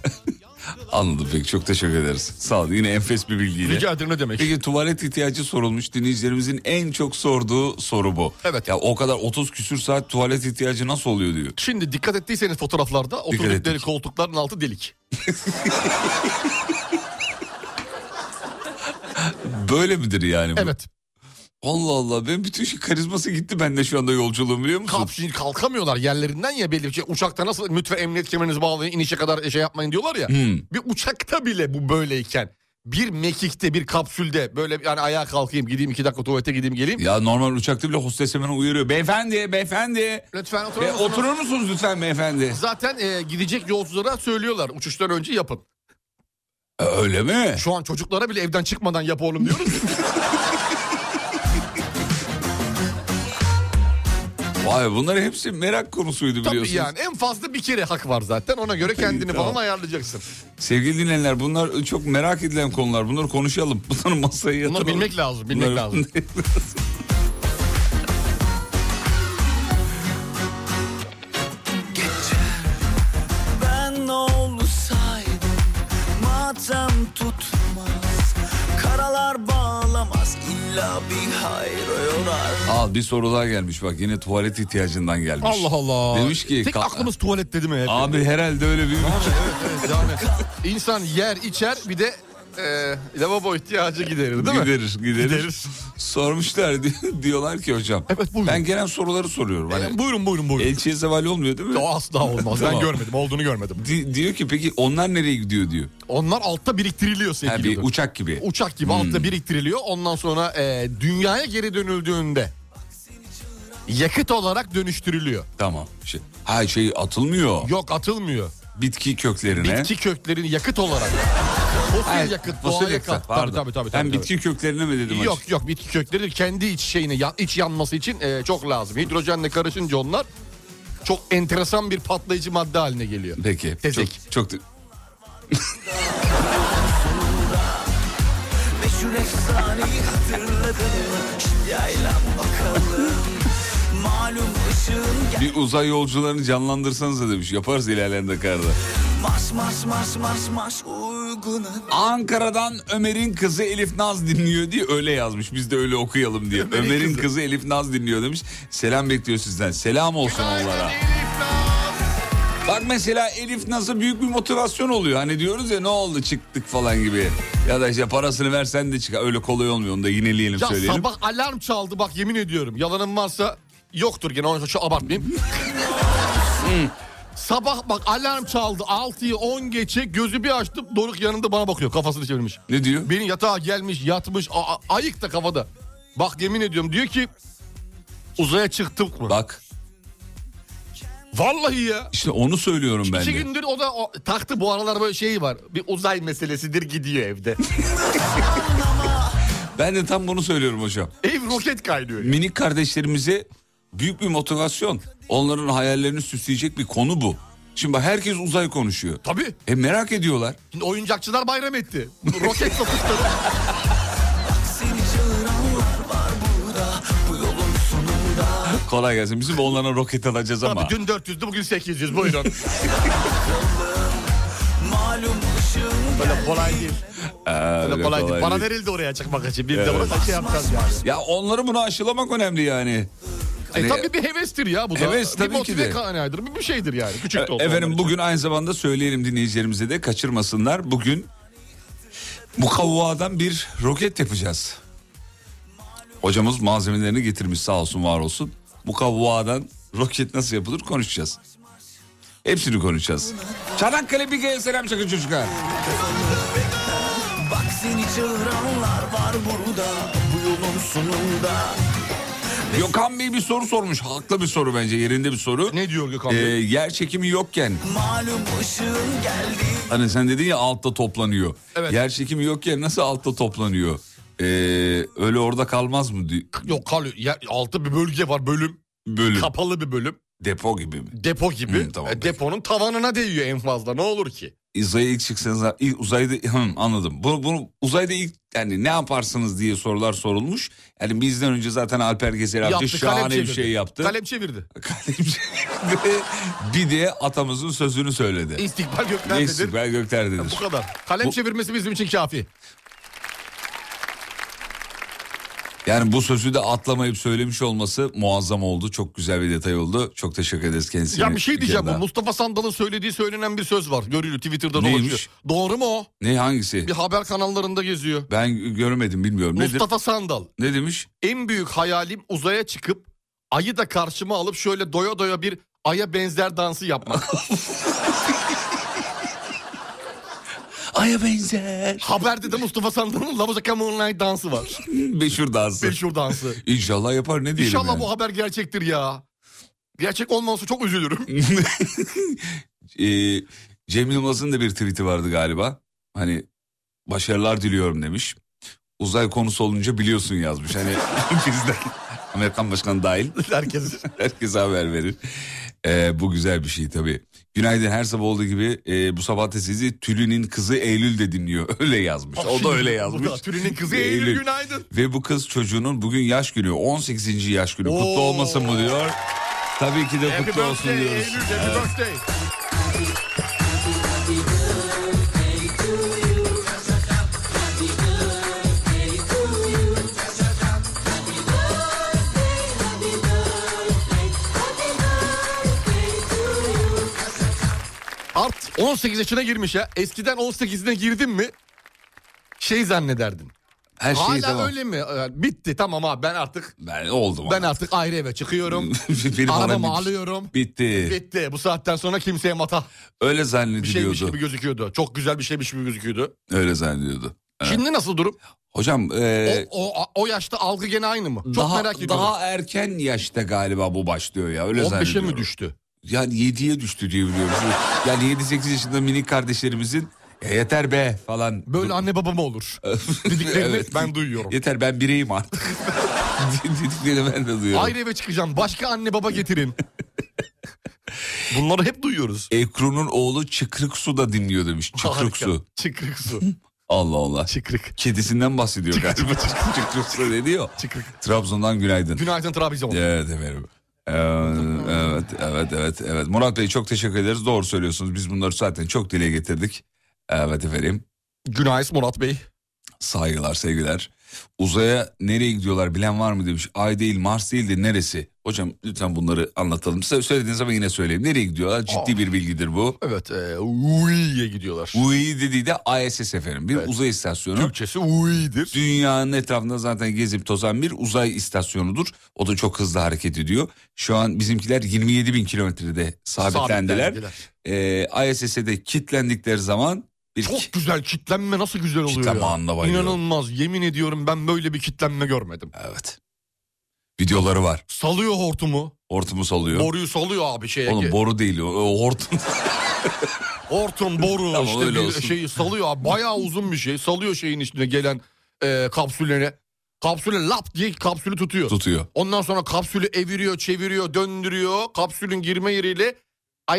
S4: Anladım peki çok teşekkür ederiz. Sağ olun yine enfes bir bilgiyle.
S5: Rica ederim ne demek.
S4: Peki tuvalet ihtiyacı sorulmuş dinleyicilerimizin en çok sorduğu soru bu.
S5: Evet.
S4: Ya o kadar 30 küsür saat tuvalet ihtiyacı nasıl oluyor diyor.
S5: Şimdi dikkat ettiyseniz fotoğraflarda oturdukları
S4: ettik.
S5: koltukların altı delik.
S4: Böyle midir yani bu?
S5: Evet.
S4: Allah Allah benim bütün şey karizması gitti bende şu anda yolculuğum biliyor musun?
S5: Kalk, şimdi kalkamıyorlar yerlerinden ya belli bir şey. Uçakta nasıl lütfen emniyet kemerinizi bağlayın inişe kadar şey yapmayın diyorlar ya.
S4: Hmm.
S5: Bir uçakta bile bu böyleyken bir mekikte bir kapsülde böyle yani ayağa kalkayım gideyim iki dakika tuvalete gideyim geleyim.
S4: Ya normal uçakta bile hostes hemen uyarıyor. Beyefendi, beyefendi.
S5: Lütfen oturun.
S4: E, oturur musunuz lütfen beyefendi?
S5: Zaten e, gidecek yolculara söylüyorlar uçuştan önce yapın.
S4: E, öyle mi?
S5: Şu an çocuklara bile evden çıkmadan yap oğlum diyoruz.
S4: Vay bunlar hepsi merak konusuydu biliyorsunuz.
S5: Tabii yani en fazla bir kere hak var zaten ona göre kendini
S4: tamam.
S5: falan ayarlayacaksın.
S4: Sevgili dinleyenler bunlar çok merak edilen konular. Bunları konuşalım. Bunları masaya yatıralım.
S5: Bunu bilmek lazım bilmek
S4: Bunları-
S5: lazım.
S2: Ben olsaydım matem tutmaz Karalar bağlamaz illa bir hayra yorar
S4: Al bir soru daha gelmiş bak yine tuvalet ihtiyacından gelmiş.
S5: Allah Allah.
S4: Demiş ki
S5: Tek
S4: ka-
S5: aklımız tuvalet dedi mi? hep?
S4: abi herhalde öyle bir
S5: Evet, yani insan yer içer bir de e, lavabo ihtiyacı giderir değil mi?
S4: giderir, giderir
S5: Gideriz.
S4: Sormuşlar di- diyorlar ki hocam.
S5: Evet, buyurun. E,
S4: Ben gelen soruları soruyorum. Hani
S5: Buyurun buyurun buyurun.
S4: elçiye zeval olmuyor değil mi?
S5: O asla olmaz.
S4: Tamam.
S5: Ben görmedim. Olduğunu görmedim.
S4: Di- diyor ki peki onlar nereye gidiyor diyor.
S5: Onlar altta biriktiriliyor
S4: Ha,
S5: sevgili.
S4: bir
S5: Yıldırım.
S4: uçak gibi.
S5: Uçak gibi
S4: Hmm.
S5: altta biriktiriliyor. Ondan sonra e, dünyaya geri dönüldüğünde yakıt olarak dönüştürülüyor.
S4: Tamam. Şey, ha şey atılmıyor.
S5: Yok atılmıyor.
S4: Bitki köklerine.
S5: Bitki köklerini yakıt olarak.
S4: Ha,
S5: Fosil yakıt,
S4: fosil
S5: doğal
S4: yakıt,
S5: yakıt.
S4: pardon.
S5: Tabii tabii tabii.
S4: Ben
S5: tabii,
S4: bitki köklerine mi dedim?
S5: Yok yok bitki kökleri kendi iç şeyini ya- iç yanması için e, çok lazım. Hidrojenle karışınca onlar çok enteresan bir patlayıcı madde haline geliyor.
S4: Peki.
S5: Tezek.
S4: Çok, çok
S2: Meşhur efsaneyi hatırladın mı? Şimdi yaylan bakalım Malum ışığın gel
S4: bir uzay yolcularını canlandırsanız da demiş. Yaparız ilerleyen dakikada.
S2: Mars mars mars mars mars uygunu
S4: Ankara'dan Ömer'in kızı Elif Naz dinliyor diye öyle yazmış. Biz de öyle okuyalım diye. Ömer'in, kızı. Elif Naz dinliyor demiş. Selam bekliyor sizden. Selam olsun onlara. Bak mesela Elif Naz'a büyük bir motivasyon oluyor. Hani diyoruz ya ne oldu çıktık falan gibi. Ya da işte parasını versen de çıkar. Öyle kolay olmuyor. Onu da yineleyelim
S5: Ya
S4: söyleyelim.
S5: sabah alarm çaldı bak yemin ediyorum. Yalanım varsa yoktur gene onu şu abartmayayım. Hmm. sabah bak alarm çaldı 6'yı 10 geçe gözü bir açtım Doruk yanında bana bakıyor kafasını çevirmiş.
S4: Ne diyor?
S5: Benim yatağa gelmiş yatmış a- a- ayık da kafada. Bak yemin ediyorum diyor ki uzaya çıktık mı?
S4: Bak
S5: Vallahi ya.
S4: işte onu söylüyorum ben
S5: İki
S4: de.
S5: gündür o da o, taktı bu aralar böyle şey var. Bir uzay meselesidir gidiyor evde.
S4: Ben de tam bunu söylüyorum hocam.
S5: Ev roket kaynıyor.
S4: Minik kardeşlerimize büyük bir motivasyon. Onların hayallerini süsleyecek bir konu bu. Şimdi bak herkes uzay konuşuyor.
S5: Tabii.
S4: E merak ediyorlar.
S5: Şimdi oyuncakçılar bayram etti. Roket satışları.
S2: Seni çağıranlar var burada Bu yolun sonunda
S4: Kolay gelsin. Bizim onlara roket alacağız ama.
S5: Tabii dün 400'dü bugün 800 buyurun.
S2: Malum ışığın gel
S5: Böyle kolay değil.
S4: Ee,
S5: Böyle kolay değil. Para
S4: değil.
S5: verildi oraya çıkmak için. Bir de orada şey yapacağız yani.
S4: Ya onları bunu aşılamak önemli yani.
S5: E
S4: Hani-
S5: tabii bir hevestir ya bu da.
S4: Heves
S5: bir
S4: tabii ki
S5: motive
S4: de. E,
S5: kaynağıdır. Bir, bir şeydir yani. Küçük de olsa.
S4: Efendim
S5: onlar
S4: bugün aynı zamanda söyleyelim dinleyicilerimize de kaçırmasınlar. Bugün mukavvadan bir roket yapacağız. Hocamız malzemelerini getirmiş sağ olsun var olsun. Mukavvadan roket nasıl yapılır konuşacağız. Hepsini konuşacağız. Çanakkale bir kere selam çakın çocuklar.
S2: Bak seni çağıranlar var burada Bu yolun sonunda
S4: Gökhan Bey bir soru sormuş. Haklı bir soru bence yerinde bir soru.
S5: için. Ne diyor Gökhan
S4: Ee,
S5: Bey?
S4: yer çekimi yokken
S2: Malum ışığın geldi
S4: Hani sen dedin ya altta toplanıyor.
S5: Evet.
S4: Yer çekimi yok ya nasıl altta toplanıyor? Ee, öyle orada kalmaz mı? di-
S5: Yok kalıyor. Ya, altı bir bölge var bölüm.
S4: Bölüm.
S5: Kapalı bir bölüm.
S4: Depo gibi mi?
S5: Depo gibi.
S4: Hı, tamam,
S5: E,
S4: peki.
S5: deponun tavanına değiyor en fazla. Ne olur ki?
S4: Uzaya ilk çıksanız ilk uzayda Hı, anladım. Bunu, bunu uzayda ilk yani ne yaparsınız diye sorular sorulmuş. Yani bizden önce zaten Alper Gezer amca
S5: Yaptı, kalem
S4: şahane bir
S5: çevirdi.
S4: şey yaptı.
S5: Kalem çevirdi.
S4: Kalem çevirdi. bir de atamızın sözünü söyledi.
S5: İstikbal göklerdedir.
S4: Neyse ben Gökler dedi.
S5: Bu kadar. Kalem
S4: Bu-
S5: çevirmesi bizim için kafi.
S4: Yani bu sözü de atlamayıp söylemiş olması muazzam oldu. Çok güzel bir detay oldu. Çok teşekkür ederiz kendisine.
S5: Ya bir şey diyeceğim.
S4: kere
S5: Bu
S4: daha.
S5: Mustafa Sandal'ın söylediği söylenen bir söz var. Görülüyor Twitter'da
S4: Neymiş?
S5: dolaşıyor. Doğru mu o?
S4: Ne hangisi?
S5: Bir haber kanallarında geziyor.
S4: Ben görmedim bilmiyorum. Nedir?
S5: Mustafa Sandal.
S4: Ne demiş?
S5: En büyük hayalim uzaya çıkıp ayı da karşıma alıp şöyle doya doya bir aya benzer dansı yapmak.
S4: Aya benzer.
S5: Haberde de Mustafa Sandal'ın Lavazaka Moonlight dansı var.
S4: Meşhur dansı.
S5: Meşhur dansı.
S4: İnşallah yapar ne diyelim
S5: İnşallah
S4: yani.
S5: bu haber gerçektir ya. Gerçek olmazsa çok üzülürüm.
S4: Ee, Cem Yılmaz'ın da bir tweet'i vardı galiba. Hani başarılar diliyorum demiş. Uzay konusu olunca biliyorsun yazmış. Hani bizden Amerikan başkanı dahil
S5: Herkes.
S4: herkese haber verir. Ee, bu güzel bir şey tabii. Günaydın her sabah olduğu gibi e, bu sabah da sizi Tülü'nün kızı Eylül de dinliyor. Öyle yazmış.
S5: Ah,
S4: O da öyle yazmış.
S5: Burada Tülin'in kızı Eylül,
S4: Eylül.
S5: günaydın.
S4: Ve bu kız çocuğunun bugün yaş günü 18. yaş günü. Kutlu
S5: Oo.
S4: olmasın mı diyor. Tabii ki de
S5: Happy
S4: kutlu olsun
S5: birthday
S4: diyoruz.
S5: Eylül, happy birthday. Art 18 yaşına girmiş ya. Eskiden 18'ine girdin mi şey zannederdin.
S4: Her şey
S5: Hala
S4: tamam.
S5: öyle mi? Ee, Bitti tamam abi ben artık
S4: Ben oldum.
S5: ben artık ayrı eve çıkıyorum.
S4: Benim aram
S5: Arabamı
S4: bitti.
S5: alıyorum.
S4: Bitti.
S5: Bitti. Bu saatten sonra kimseye matah
S4: Öyle
S5: bir
S4: zannediliyordu.
S5: şeymiş gibi gözüküyordu. Çok güzel bir şeymiş gibi gözüküyordu.
S4: Öyle zannediyordu.
S5: Şimdi nasıl durum?
S4: Hocam e,
S5: o, o, o yaşta algı gene aynı mı? Çok
S4: daha,
S5: merak ediyorum.
S4: daha er- erken yaşta galiba bu başlıyor ya. Öyle
S5: 15'e
S4: zannediyorum.
S5: mi düştü?
S4: Yani 7'ye düştü diye biliyorum. yani 7-8 yaşında minik kardeşlerimizin "Ya yeter be falan.
S5: Böyle anne baba mı olur? Dediklerini
S4: Evet.
S5: ben duyuyorum.
S4: Yeter ben bireyim artık. Dediklerini ben de duyuyorum.
S5: Ayrı eve çıkacağım. Başka anne baba getirin. Bunları hep duyuyoruz.
S4: Ekru'nun oğlu Çıkrık Su da dinliyor demiş. Çıkrık
S5: Harika.
S4: Su.
S5: Çıkrık su.
S4: Allah Allah.
S5: Çıkrık.
S4: Kedisinden bahsediyor galiba. Çıkrık Su ne diyor?
S5: Çıkrık.
S4: Trabzon'dan günaydın.
S5: Günaydın Trabzon.
S4: Evet efendim. Ee, Evet, evet, evet, evet. Murat Bey çok teşekkür ederiz. Doğru söylüyorsunuz. Biz bunları zaten çok dile getirdik. Evet efendim.
S5: Günaydın Murat Bey.
S4: Saygılar, sevgiler. Uzaya nereye gidiyorlar bilen var mı demiş. Ay değil, Mars değil de neresi? Hocam lütfen bunları anlatalım. Size söylediğiniz zaman yine söyleyeyim. Nereye gidiyorlar? Ciddi bir bilgidir bu.
S5: Evet. E, Ui'ye gidiyorlar.
S4: UI dediği de ISS efendim. Bir
S5: Evet.
S4: uzay istasyonu.
S5: Türkçesi Ui'dir.
S4: Dünyanın etrafında zaten gezip tozan bir uzay istasyonudur. O da çok hızlı hareket ediyor. Şu an bizimkiler 27 bin kilometrede sabitlendiler. Ee, ISS'e de kilitlendikleri zaman bir
S5: Çok güzel kitlenme nasıl güzel oluyor
S4: kitleme
S5: ya.
S4: anına bayılıyorum.
S5: İnanılmaz yemin ediyorum ben böyle bir kitlenme görmedim.
S4: Evet. Videoları var.
S5: Salıyor hortumu.
S4: Hortumu salıyor.
S5: Boruyu şey salıyor abi şeye.
S4: Oğlum boru değil o, o hortum.
S5: Hortum boru
S4: Tamam,
S5: işte
S4: öyle
S5: bir
S4: olsun.
S5: şeyi salıyor abi. Bayağı uzun bir şey. Salıyor şeyin içine gelen e, kapsülleri. Kapsülü lap diye kapsülü tutuyor.
S4: tutuyor.
S5: Ondan sonra kapsülü eviriyor, çeviriyor, döndürüyor. Kapsülün girme yeriyle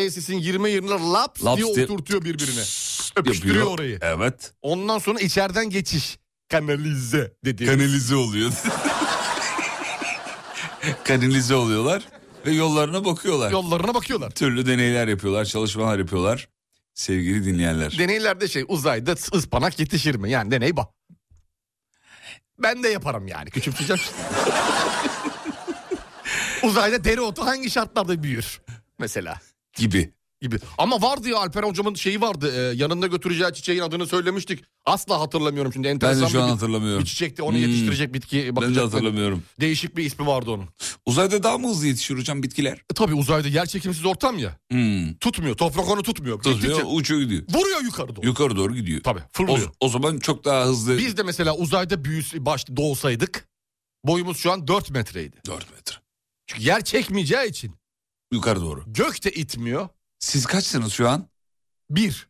S5: ISS'in girme yerine laps,
S4: Laps
S5: diye
S4: diye-
S5: oturtuyor birbirine.
S4: Yapıyor.
S5: Öpüştürüyor orayı.
S4: Evet.
S5: Ondan sonra içeriden geçiş. Kanalize dediğimiz.
S4: Kanalize oluyor. Kanalize oluyorlar ve yollarına bakıyorlar.
S5: Yollarına bakıyorlar.
S4: Türlü deneyler yapıyorlar, çalışmalar yapıyorlar. Sevgili dinleyenler.
S5: Deneylerde şey uzayda ıspanak yetişir mi? Yani deney bu. Ben de yaparım yani küçümseyeceğim. uzayda dereotu hangi şartlarda büyür? Mesela
S4: gibi.
S5: gibi. Ama vardı ya Alper hocamın şeyi vardı. e, yanında götüreceği çiçeğin adını söylemiştik. Asla hatırlamıyorum şimdi.
S4: Ben
S5: Enteresan
S4: de şu an
S5: bir,
S4: hatırlamıyorum.
S5: bir çiçekti. Onu
S4: Hmm.
S5: yetiştirecek bitki.
S4: Ben de
S5: bakacak-
S4: hatırlamıyorum.
S5: Değişik bir ismi vardı onun.
S4: Uzayda daha mı hızlı yetişir hocam bitkiler?
S5: E, tabii uzayda yer çekimsiz ortam ya.
S4: Hmm.
S5: Tutmuyor. Toprak onu tutmuyor.
S4: Tutmuyor,
S5: Gittikçe
S4: uçuyor gidiyor.
S5: Vuruyor yukarı doğru.
S4: Yukarı doğru gidiyor.
S5: Tabii
S4: O,
S5: fırlıyor.
S4: o zaman çok daha hızlı.
S5: Biz de mesela uzayda büyüsü baş doğsaydık boyumuz şu an 4 metreydi.
S4: 4 metre.
S5: Çünkü yer çekmeyeceği için
S4: Yukarı doğru.
S5: gök de itmiyor.
S4: Siz kaçsınız şu an?
S5: 1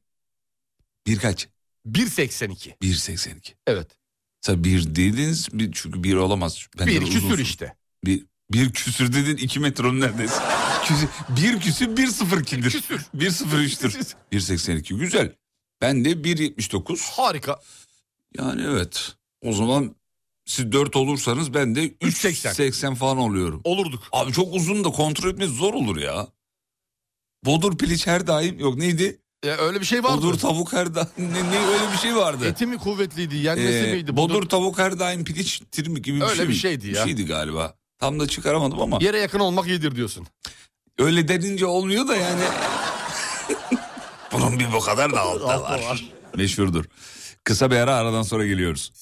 S4: Bir kaç?
S5: 1.82.
S4: 1.82.
S5: Evet.
S4: Sen bir dediniz bir, çünkü bir olamaz. Benden
S5: 1 küsür
S4: uzunsun.
S5: işte.
S4: Bir, bir küsür dedin 2 metronun neredeyse. küsür, bir küsür 1 0 kimdir?
S5: Küsür.
S4: 1 0 3'tür. 1.82 güzel. Ben de 1.79.
S5: Harika.
S4: Yani evet. O zaman siz 4 olursanız ben de
S5: 3.80.
S4: 3.80 falan oluyorum.
S5: Olurduk.
S4: Abi çok uzun da kontrol etmesi zor olur ya. Bodur piliç her daim yok neydi?
S5: Ee, E, öyle bir şey var
S4: Bodur
S5: mı?
S4: tavuk her daim. Ne, ne- öyle bir şey vardı.
S5: Eti mi kuvvetliydi, yenmesi
S4: Ee,
S5: miydi?
S4: bodur, tavuk her daim piliç tirmik gibi bir
S5: Öyle
S4: şey
S5: bir
S4: mi?
S5: şeydi ya.
S4: Bir şeydi galiba. Tam da çıkaramadım ama.
S5: Yere yakın olmak iyidir diyorsun.
S4: Öyle denince olmuyor da yani. Bunun bir bu kadar da altta var. Meşhurdur. Kısa bir ara aradan sonra geliyoruz.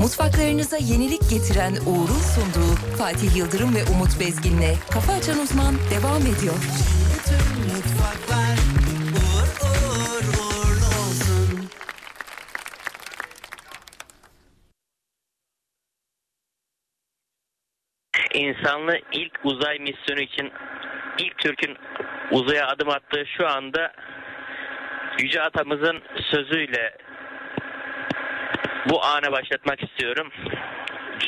S1: Mutfaklarınıza yenilik getiren Uğur'un sunduğu Fatih Yıldırım ve Umut Bezgin'le Kafa Açan Uzman devam ediyor.
S9: İnsanlı ilk uzay misyonu için ilk Türk'ün uzaya adım attığı şu anda Yüce Atamızın sözüyle bu ana başlatmak istiyorum.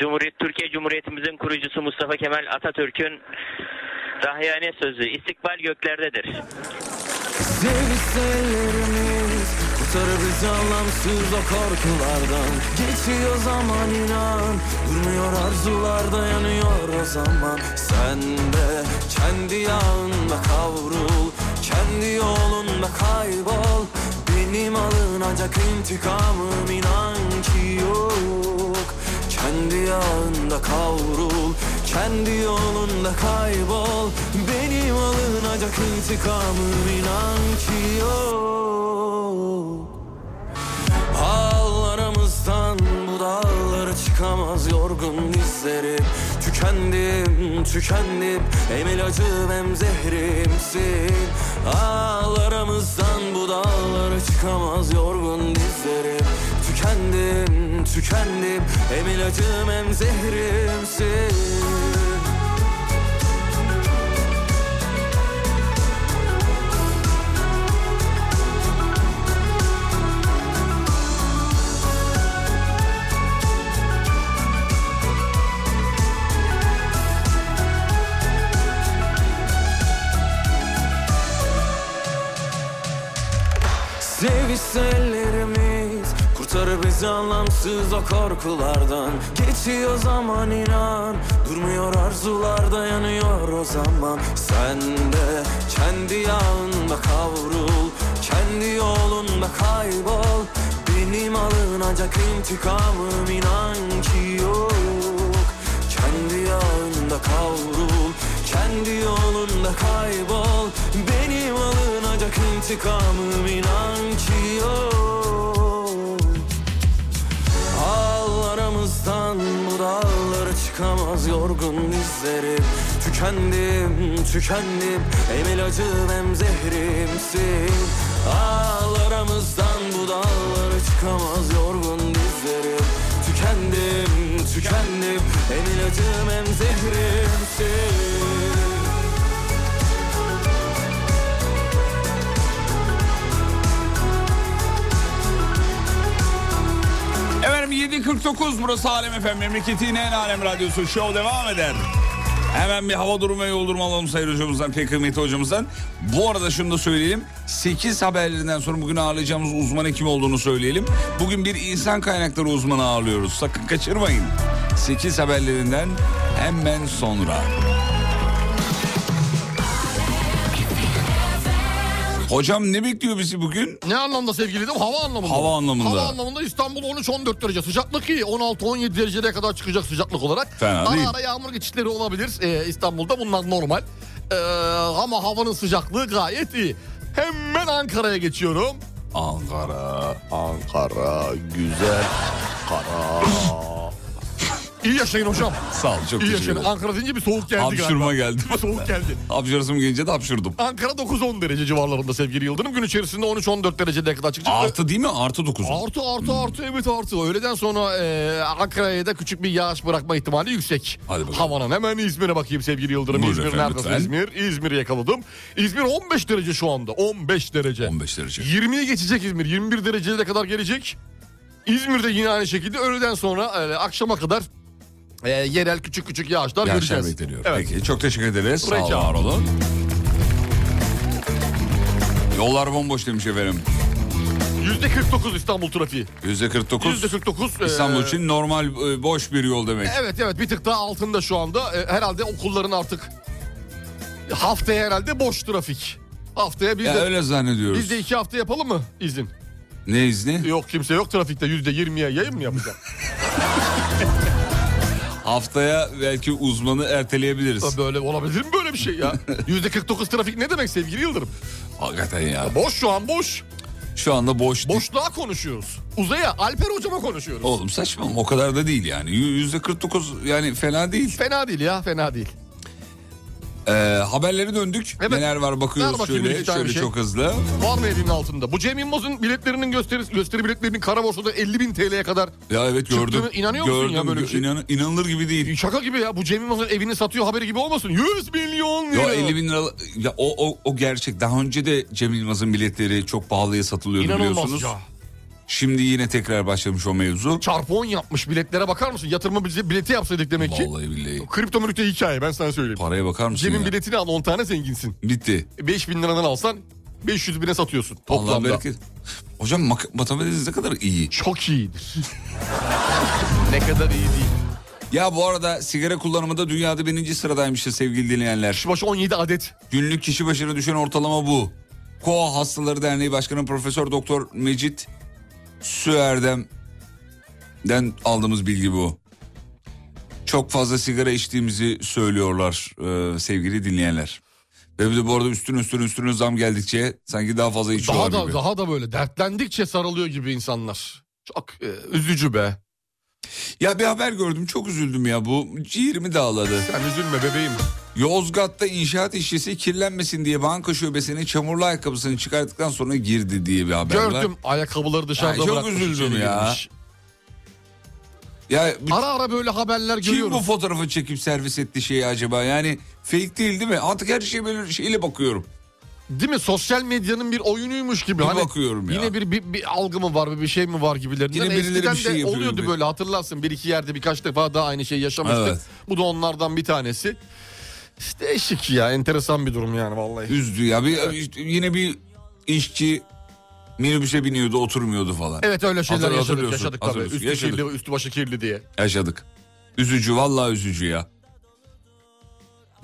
S9: Cumhuriyet Türkiye Cumhuriyetimizin kurucusu Mustafa Kemal Atatürk'ün Rahyane sözü istikbal göklerdedir.
S10: Sevişselerimiz Kurtarır bizi anlamsız o korkulardan Geçiyor zaman inan Durmuyor arzular dayanıyor o zaman Sen de kendi yağında kavrul Kendi yolunda kaybol Benim alınacak intikamım inan ki yok Kendi yağında kavrul Kendi yolunda kaybol Benim alınacak intikamım inan ki yok Ağlarımızdan bu dağlara çıkamaz yorgun dizlerim Tükendim, tükendim Hem ilacım hem zehrimsin Ağlarımızdan bu dağlara çıkamaz yorgun dizlerim Tükendim, tükendim Hem ilacım hem zehrimsin Sevişselerimiz Kurtarır bizi anlamsız o korkulardan Geçiyor zaman inan Durmuyor arzular dayanıyor o zaman Sen de kendi yağında kavrul Kendi yolunda kaybol Benim alınacak intikamım inan ki yok kendi yağında kavrul Kendi yolunda kaybol Benim alınacak intikamım inan ki yok Ağlarımızdan bu dağlara çıkamaz yorgun dizlerim Tükendim, tükendim Hem ilacım hem zehrimsin Ağlarımızdan bu dağlara çıkamaz yorgun dizlerim Tükendim, tükendim Hem ilacım hem zehrimsin
S4: Efendim 7.49 burası Alem Efem memleketin en alem radyosu show devam eder. Hemen bir hava durumu ve yol durumu alalım Sayın Hocamızdan, pek kıymetli hocamızdan. Bu arada şunu da söyleyelim. 8 haberlerinden sonra bugün ağırlayacağımız uzmanın kim olduğunu söyleyelim. Bugün bir insan kaynakları uzmanı ağırlıyoruz. Sakın kaçırmayın. 8 haberlerinden hemen sonra. Hocam ne bekliyor bizi bugün?
S5: Ne anlamda sevgili dedim? Hava anlamında.
S4: Hava anlamında.
S5: Hava anlamında İstanbul 13-14 derece. Sıcaklık iyi. 16-17 dereceye kadar çıkacak sıcaklık olarak.
S4: Fena
S5: ara
S4: değil.
S5: ara yağmur geçişleri olabilir ee, İstanbul'da. Bunlar normal. Ee, ama havanın sıcaklığı gayet iyi. Hemen Ankara'ya geçiyorum.
S4: Ankara.
S5: Ankara güzel Ankara. iyi yaşayın hocam.
S4: Sağ ol çok
S5: İyi
S4: teşekkür
S5: yaşayın.
S4: ederim.
S5: Ankara deyince bir soğuk geldi galiba.
S4: Hapşurma geldi.
S5: Soğuk geldi.
S4: Hapşurasım gelince de hapşurdum.
S5: Ankara 9-10 derece civarlarında sevgili Yıldırım. Gün içerisinde 13-14 dereceye kadar çıkacak.
S4: Artı değil mi? Artı 9.
S5: Artı artı artı evet artı. Öğleden sonra e, Ankara'ya da küçük bir yağış bırakma ihtimali yüksek.
S4: Hadi bakalım.
S5: Havanın hemen İzmir'e bakayım sevgili Yıldırım.
S4: Buyurun
S5: İzmir
S4: efendim,
S5: neredesin
S4: lütfen.
S5: İzmir? İzmir'i yakaladım. İzmir 15 derece şu anda. 15 derece.
S4: 15 derece.
S5: 20'ye geçecek İzmir. 21 dereceye de kadar gelecek. İzmir'de yine aynı şekilde öğleden sonra e, akşama kadar e, yerel küçük küçük yağışlar
S4: Gerçekten
S5: göreceğiz.
S4: bekleniyor.
S5: Evet.
S4: Peki çok teşekkür ederiz. Sağ olun,
S5: Rica.
S4: var olun. Yollar bomboş demiş efendim.
S5: %49 İstanbul trafiği.
S4: %49.
S5: %49 e,
S4: İstanbul için normal e, boş bir yol demek.
S5: Evet evet bir tık daha altında şu anda. E, herhalde okulların artık haftaya herhalde boş trafik. Haftaya biz
S4: Ya
S5: de,
S4: öyle zannediyoruz.
S5: biz de iki hafta yapalım mı izin?
S4: Ne izni?
S5: Yok kimse yok trafikte yüzde yirmiye yayın mı yapacağız?
S4: Haftaya belki uzmanı erteleyebiliriz.
S5: Ya böyle olabilir mi böyle bir şey ya? Yüzde 49 trafik ne demek sevgili Yıldırım?
S4: Hakikaten ya.
S5: Boş şu an boş.
S4: Şu anda boş.
S5: Boşluğa konuşuyoruz. Uzaya Alper hocama konuşuyoruz.
S4: Oğlum saçma o kadar da değil yani. Yüzde 49 yani fena değil.
S5: Fena değil ya fena değil.
S4: Ee, haberlere döndük.
S5: Evet.
S4: Neler var
S5: Ver
S4: bakıyoruz
S5: bakayım
S4: şöyle.
S5: bir tane
S4: Şöyle
S5: bir şey.
S4: çok hızlı.
S5: Var mı elinin altında? Bu Cem Yılmaz'ın biletlerinin gösterisi, gösteri biletlerinin kara borsada 50 bin TL'ye kadar.
S4: Ya evet
S5: Çıktığını
S4: gördüm.
S5: inanıyor musun
S4: gördüm.
S5: ya böyle bir şey? E,
S4: İnan- inanılır gibi değil.
S5: Şaka gibi ya bu Cem Yılmaz'ın evini satıyor haberi gibi olmasın. 100 milyon lira.
S4: Ya 50 bin lira ya o, o, o gerçek. Daha önce de Cem Yılmaz'ın biletleri çok pahalıya satılıyordu
S5: İnanılmaz
S4: biliyorsunuz.
S5: ya.
S4: Şimdi yine tekrar başlamış o mevzu.
S5: Çarpı 10 yapmış biletlere bakar mısın? Yatırma bize bileti yapsaydık demek ki.
S4: Vallahi billahi.
S5: Kripto mülkte hikaye ben sana söyleyeyim.
S4: Paraya bakar mısın
S5: Cem'in
S4: ya?
S5: biletini al 10 tane zenginsin.
S4: Bitti.
S5: 5 bin liradan alsan 500 bine satıyorsun
S4: Allah
S5: toplamda.
S4: bereket. Hocam mak- matematiğiniz ne kadar iyi.
S5: Çok iyidir. ne kadar iyi değil.
S4: Ya bu arada sigara kullanımında dünyada birinci sıradaymışız sevgili dinleyenler.
S5: Kişi başı 17 adet.
S4: Günlük kişi başına düşen ortalama bu. KOA Hastaları Derneği Başkanı Profesör Doktor Mecit Süerdem'den aldığımız bilgi bu. Çok fazla sigara içtiğimizi söylüyorlar e, sevgili dinleyenler. Ve bir de bu arada üstüne üstüne üstüne zam geldikçe sanki daha fazla
S5: Daha
S4: içiyorlar
S5: da
S4: şey gibi.
S5: daha da böyle dertlendikçe sarılıyor gibi insanlar. Çok e, üzücü be.
S4: Ya bir haber gördüm çok üzüldüm ya bu ciğerimi dağladı.
S5: Sen üzülme bebeğim.
S4: Yozgat'ta inşaat işçisi kirlenmesin diye banka şubesine çamurlu ayakkabısını çıkarttıktan sonra girdi diye bir haber var.
S5: Gördüm ayakkabıları dışarıda
S4: Ay, çok
S5: bırakmış,
S4: üzüldüm
S5: içeri
S4: ya.
S5: girmiş.
S4: Ya bu-
S5: Ara ara böyle haberler
S4: kim bu
S5: görüyorum.
S4: fotoğrafı çekip servis etti şeyi acaba? Yani fake değil değil mi? Artık her şeye böyle şeyle bakıyorum.
S5: Değil mi? Sosyal medyanın bir oyunuymuş gibi. hani
S4: Bir bakıyorum ya.
S5: Yine bir, bir, bir algı mı var bir bir şey mi var gibilerinden.
S4: Yine birileri
S5: Eskiden
S4: bir şey
S5: de
S4: yapıyor
S5: oluyordu
S4: gibi.
S5: böyle hatırlarsın. Bir iki yerde birkaç defa daha aynı şeyi yaşamıştık.
S4: Evet.
S5: Bu da onlardan bir tanesi. İşte Değişik ya enteresan bir durum yani vallahi.
S4: Üzdü ya. Bir, Yine bir işçi minibüse biniyordu oturmuyordu falan.
S5: Evet öyle şeyler
S4: Hatır-
S5: yaşadık,
S4: hatırlıyorsun,
S5: yaşadık tabii.
S4: hatırlıyorsun.
S5: Üstü
S4: Yaşadık.
S5: kirli, üstü başı kirli diye.
S4: Yaşadık. Üzücü vallahi üzücü ya.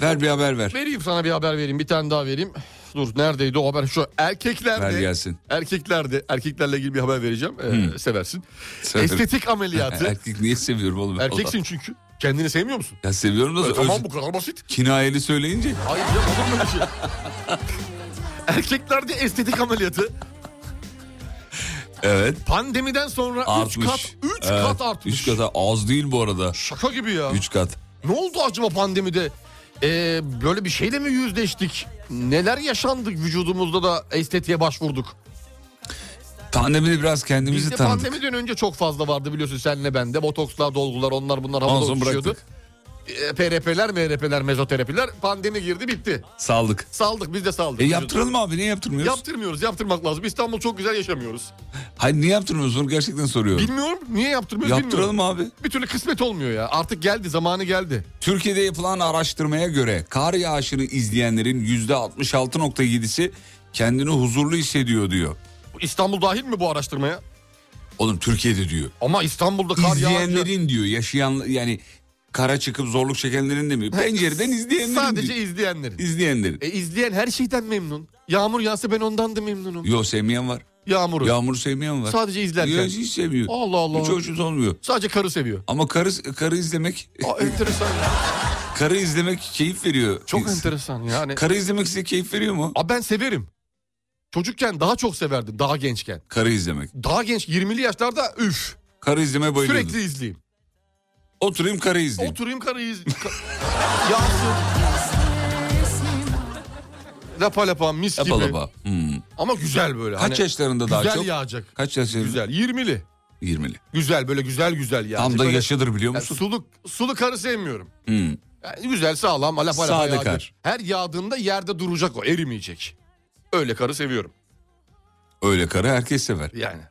S4: Ver bir haber ver.
S5: Vereyim sana bir haber vereyim. Bir tane daha vereyim. Dur neredeydi o haber? Şu erkeklerde.
S4: Ver gelsin.
S5: Erkeklerde. Erkeklerle ilgili bir haber vereceğim. Ee, Seversin.
S4: Severim.
S5: Estetik ameliyatı.
S4: Erkek niye seviyorum oğlum? ben
S5: Erkeksin çünkü. Kendini sevmiyor musun?
S4: Ya seviyorum da
S5: E,
S4: öz-
S5: tamam bu kadar basit.
S4: kinayeli söyleyince.
S5: Hayır ya olur mu öyle şey? Erkeklerde estetik ameliyatı
S4: Evet.
S5: pandemiden sonra 3
S4: Artmış.
S5: kat 3
S4: Evet,
S5: kat artmış.
S4: Üç kat az değil bu arada.
S5: Şaka gibi ya.
S4: Üç kat.
S5: Ne oldu acaba pandemide? Ee, böyle bir şeyle mi yüzleştik? Neler yaşandık vücudumuzda da estetiğe başvurduk?
S4: Pandemide biraz kendimizi
S5: Bizde
S4: tanıdık.
S5: pandemiden önce çok fazla vardı biliyorsun senle bende. Botokslar, dolgular onlar bunlar havada
S4: Ondan
S5: uçuşuyordu.
S4: bıraktık.
S5: Ee, PRP'ler, MRP'ler, mezoterapiler. Pandemi girdi bitti.
S4: Saldık.
S5: Saldık biz de saldık.
S4: E
S5: Vücudu.
S4: yaptıralım abi niye yaptırmıyoruz?
S5: Yaptırmıyoruz yaptırmak lazım. İstanbul çok güzel yaşamıyoruz.
S4: Hayır niye yaptırmıyoruz bunu gerçekten soruyorum.
S5: Bilmiyorum niye yaptırmıyoruz
S4: yaptıralım
S5: bilmiyorum.
S4: abi.
S5: Bir türlü kısmet olmuyor ya. Artık geldi zamanı geldi.
S4: Türkiye'de yapılan araştırmaya göre kar yağışını izleyenlerin %66.7'si kendini huzurlu hissediyor diyor.
S5: İstanbul dahil mi bu araştırmaya?
S4: Oğlum Türkiye'de diyor.
S5: Ama İstanbul'da kar yağınca
S4: izleyenlerin diyor yaşayan yani kara çıkıp zorluk çekenlerin de mi? Pencereden izleyenlerin
S5: sadece
S4: diyor.
S5: izleyenlerin.
S4: izleyenlerin.
S5: E izleyen her şeyden memnun. Yağmur yağsa ben ondan da memnunum.
S4: Yo sevmeyen var.
S5: Yağmuru.
S4: Yağmur sevmeyen var.
S5: Sadece izlerken.
S4: Yok, hiç sevmiyor.
S5: Allah Allah.
S4: Hiç hoşnut olmuyor.
S5: Sadece karı seviyor.
S4: Ama karı, karı izlemek
S5: Aa, enteresan. ya.
S4: karı izlemek keyif veriyor.
S5: Çok
S4: İns-
S5: enteresan hani- yani.
S4: Karı izlemek size keyif veriyor mu?
S5: Aa, ben severim. Çocukken daha çok severdim daha gençken.
S4: Karı izlemek.
S5: Daha genç 20'li yaşlarda üf
S4: Karı izlemeye bayılıyordum.
S5: sürekli izleyeyim.
S4: Oturayım karı izleyeyim.
S5: Oturayım karıyı iz... ka- Yağsın. Lapa lapa mis
S4: Lapa
S5: gibi.
S4: lapa. Hmm.
S5: Ama güzel böyle. hani
S4: Kaç yaşlarında daha
S5: güzel
S4: çok?
S5: yağacak.
S4: Kaç yaşlarında?
S5: Güzel. 20'li.
S4: 20'li.
S5: Güzel böyle güzel güzel yağacak.
S4: Tam da
S5: Böyle-
S4: yaşıdır biliyor
S5: Yani
S4: musun?
S5: sulu, sulu karı sevmiyorum.
S4: Hmm.
S5: Yani güzel sağlam lapa lapa
S4: Sade
S5: yağacak.
S4: kar.
S5: Her yağdığında yerde duracak o erimeyecek. Öyle karı seviyorum
S4: Öyle karı herkes sever.
S5: yani.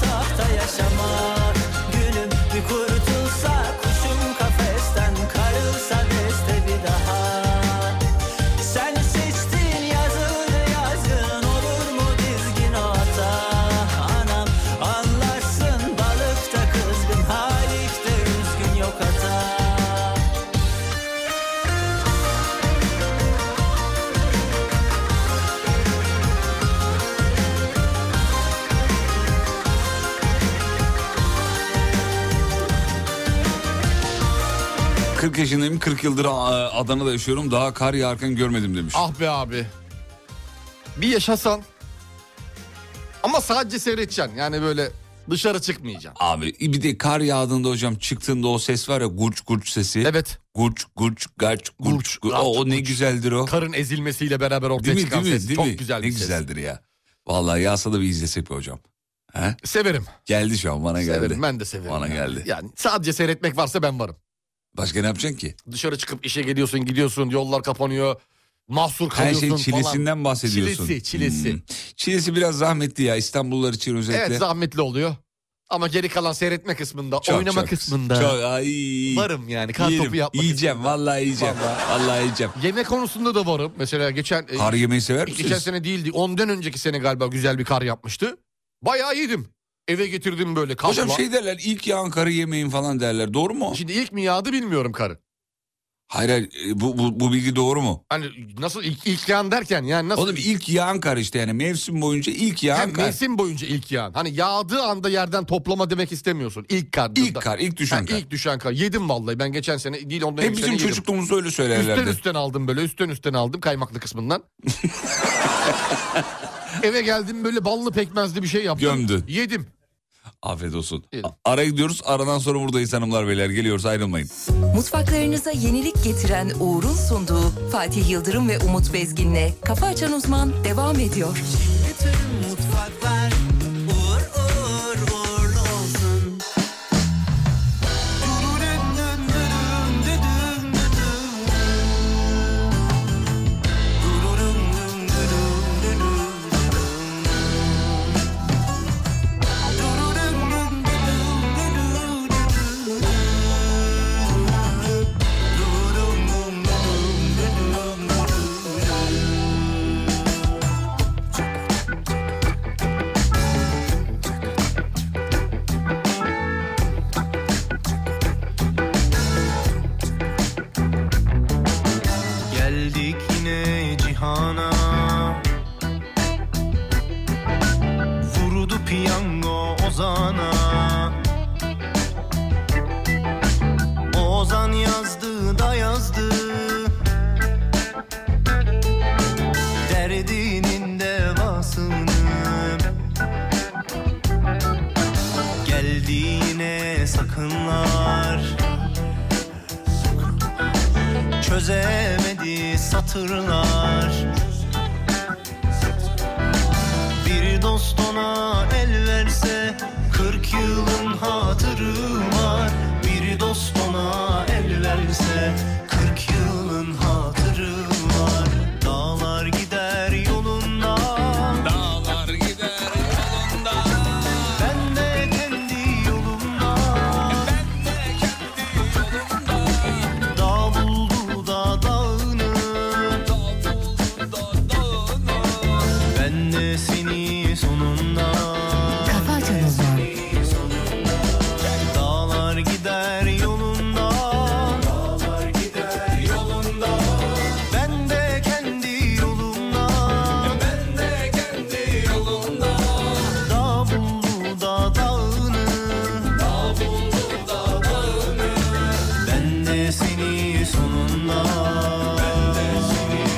S7: Tahta yaşamak Gülüm bir kurtulsa Kuşum kafesten Karılsa deste bir daha Sen seçtin yazılı yazın Olur mu dizgin ata Anam anlarsın Balıkta kızgın Halikte üzgün yok ata
S4: 40 yaşındayım 40 yıldır e, Adana'da yaşıyorum daha kar yağarken görmedim demiş.
S5: Ah be abi. Bir yaşasan. Ama sadece seyredeceksin. Yani böyle dışarı çıkmayacaksın.
S4: Abi e, bir de kar yağdığında hocam çıktığında o ses var ya gurç gurç sesi.
S5: Evet.
S4: Gurç gurç gaç gurç.
S5: Gurç,
S4: gurç. O, o
S5: gurç.
S4: ne güzeldir o.
S5: Karın ezilmesiyle beraber ortaya
S4: Değil mi?
S5: çıkan
S4: Değil mi?
S5: ses.
S4: Değil
S5: Çok
S4: mi?
S5: güzel
S4: ne
S5: bir ses.
S4: güzeldir ya. Vallahi yağsa da bir izlesek be hocam.
S5: Severim.
S4: Geldi şu an bana geldi.
S5: Severim. Ben de severim.
S4: Bana
S5: yani.
S4: geldi.
S5: Yani sadece seyretmek varsa ben varım.
S4: Başka E, ne yapacaksın ki?
S5: Dışarı çıkıp işe geliyorsun, gidiyorsun, yollar kapanıyor. Mahsur
S4: Her
S5: kalıyorsun
S4: şeyin
S5: falan.
S4: çilesinden bahsediyorsun.
S5: Çilesi, çilesi.
S4: Hmm. Çilesi biraz zahmetli ya İstanbullular için özellikle.
S5: Evet zahmetli oluyor. Ama geri kalan seyretme kısmında,
S4: Çok,
S5: oynama
S4: çok.
S5: kısmında
S4: Çok, ay.
S5: varım yani. Kar
S4: Yerim.
S5: topu yapmak
S4: Yiyeceğim vallahi yiyeceğim. Vallahi, yiyeceğim.
S5: Yemek konusunda da varım. Mesela geçen e,
S4: Kar yemeyi sever misiniz?
S5: geçen sene değildi. Ondan önceki sene galiba güzel bir kar yapmıştı. Bayağı yedim. Eve getirdim böyle kapla.
S4: Hocam şey derler ilk yağan karı yemeyin falan derler doğru mu?
S5: Şimdi ilk mi yağdı bilmiyorum karı.
S4: Hayır hayır e, bu, bu, bu bilgi doğru mu?
S5: Hani nasıl ilk, ilk yağan derken yani nasıl?
S4: Oğlum ilk yağan kar işte yani mevsim boyunca ilk yağan
S5: Hem
S4: kar.
S5: mevsim boyunca ilk yağan. Hani yağdığı anda yerden toplama demek istemiyorsun. İlk kar.
S4: İlk kar ilk düşen
S5: Ha,
S4: kar.
S5: ilk düşen kar. Yedim vallahi ben geçen sene değil ondan
S4: Hep
S5: önceki sene
S4: bizim
S5: yedim.
S4: çocukluğumuzda öyle
S5: Üstten
S4: söylerlerdi.
S5: üstten aldım böyle üstten üstten aldım kaymaklı kısmından. Eve geldim böyle ballı pekmezli bir şey yaptım.
S4: Gömdün.
S5: Yedim.
S4: Afiyet olsun.
S5: Evet.
S4: A- Ara gidiyoruz aradan sonra buradayız hanımlar beyler geliyoruz ayrılmayın.
S1: Mutfaklarınıza yenilik getiren Uğur'un sunduğu Fatih Yıldırım ve Umut Bezgin'le Kafa Açan Uzman devam ediyor.
S7: Bütün mutfaklar uğur uğur uğurlu olsun. Dürürüm, düm, dürüm, düdüm, düdüm. Dürürüm, düm, dürüm, düdüm, düdüm. Dürürüm, düm, düdüm, düdüm, düdüm. Dürürüm, düm, düdüm, düdüm, düdüm. Geldik yine cihana Vurdu piyango Ozan'a Ozan yazdı da yazdı Derdinin devasını Geldi yine sakınlar çözemedi satırlar Bir dost ona el verse 40 yılın hatırı var Bir dost ona el verse 40 yılın hatırı var Dağlar gider yolunda
S4: Dağlar gider yolunda
S7: Ben de kendi yolumda Dağ buldu da dağını Ben de seni sonunda
S1: Kafa Açan Uzman
S7: Dağlar gider yolunda Dağlar gider yolunda Ben de kendi yolumda Ben de kendi yolumda Dağ buldu da dağını Dağ buldu da dağını Ben de seni sonunda Ben de seni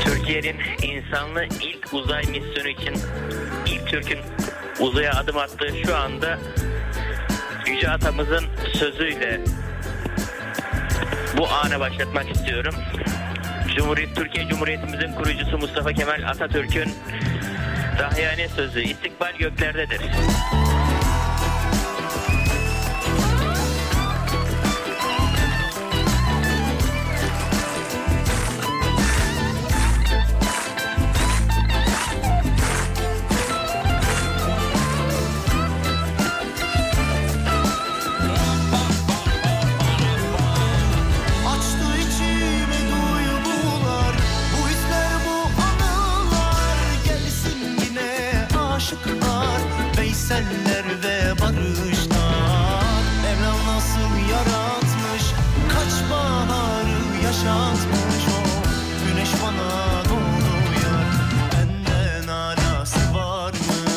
S9: Türkiye'nin insanlı ilk uzay misyonu için ilk Türk'ün uzaya adım attığı şu anda Yüce Atamızın sözüyle bu ana başlatmak istiyorum. Cumhuriyet Türkiye Cumhuriyetimizin kurucusu Mustafa Kemal Atatürk'ün dahiyane sözü istikbal göklerdedir.
S7: Açtı içimi duygular Bu hisler bu anılar Gelsin yine aşıklar Veyseller ve barışlar Mevlam nasıl yaratmış Kaç baharı yaşatmış o Güneş bana doğuyor Benden alası var mı